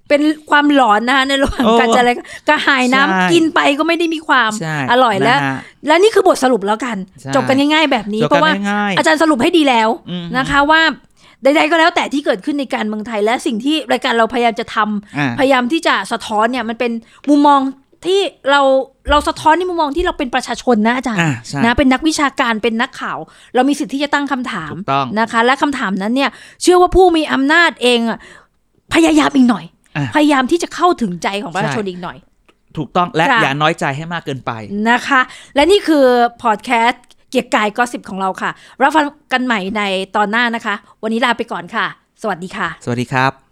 Speaker 2: เป็นความหลอนนะคะในระหว่าง
Speaker 1: โอ้
Speaker 2: การจะอะไรกระหายน้ำ
Speaker 1: ใช่
Speaker 2: กินไปก็ไม่ได้มีความ
Speaker 1: ใช่
Speaker 2: อร่อยและ
Speaker 1: นะฮะ
Speaker 2: และนี่คือบทสรุปแล้วกัน
Speaker 1: ใช่
Speaker 2: จบกันง่าย ๆ แบบนี้
Speaker 1: จบ
Speaker 2: เพ
Speaker 1: กัน
Speaker 2: ราะว่า
Speaker 1: ง่ายๆ
Speaker 2: อาจารย์สรุปให้ดีแล้ว
Speaker 1: อืม
Speaker 2: นะคะว่า ใดๆก็แล้วแต่ที่เกิดขึ้นในการเมืองไทยและสิ่งที่รายการเราพยายามจะทำ
Speaker 1: อ่า
Speaker 2: พยายามที่จะสะท้อนเนี่ยมันเป็นมุมมองที่เราเราสะท้อนในมุมมองที่เราเป็นประชาชนนะอาจารย์
Speaker 1: อ่าใช่
Speaker 2: นะเป็นนักวิชาการเป็นนักข่าว เรามีสิทธิ์ที่จะตั้งคำถาม
Speaker 1: ถูกต้อง
Speaker 2: นะคะ และคำถามนั้นเนี่ย เชื่อว่าผู้มีอำนาจเองอะพยายามอีกหน่อย
Speaker 1: อ่ะ
Speaker 2: พยายามที่จะเข้าถึงใจของประชาชน
Speaker 1: ใช่
Speaker 2: อีกหน่อย
Speaker 1: ถูกต้องและ
Speaker 2: ค่ะ
Speaker 1: อย่าน้อยใจให้มากเกินไป
Speaker 2: นะคะ และนี่คือพอดแคสต์เกียร์กายก็สิบของเราค่ะ รับฟังกันใหม่ในตอนหน้านะคะ วันนี้ลาไปก่อนค่ะ สวัสดีค่ะ
Speaker 1: สวัสดีครับ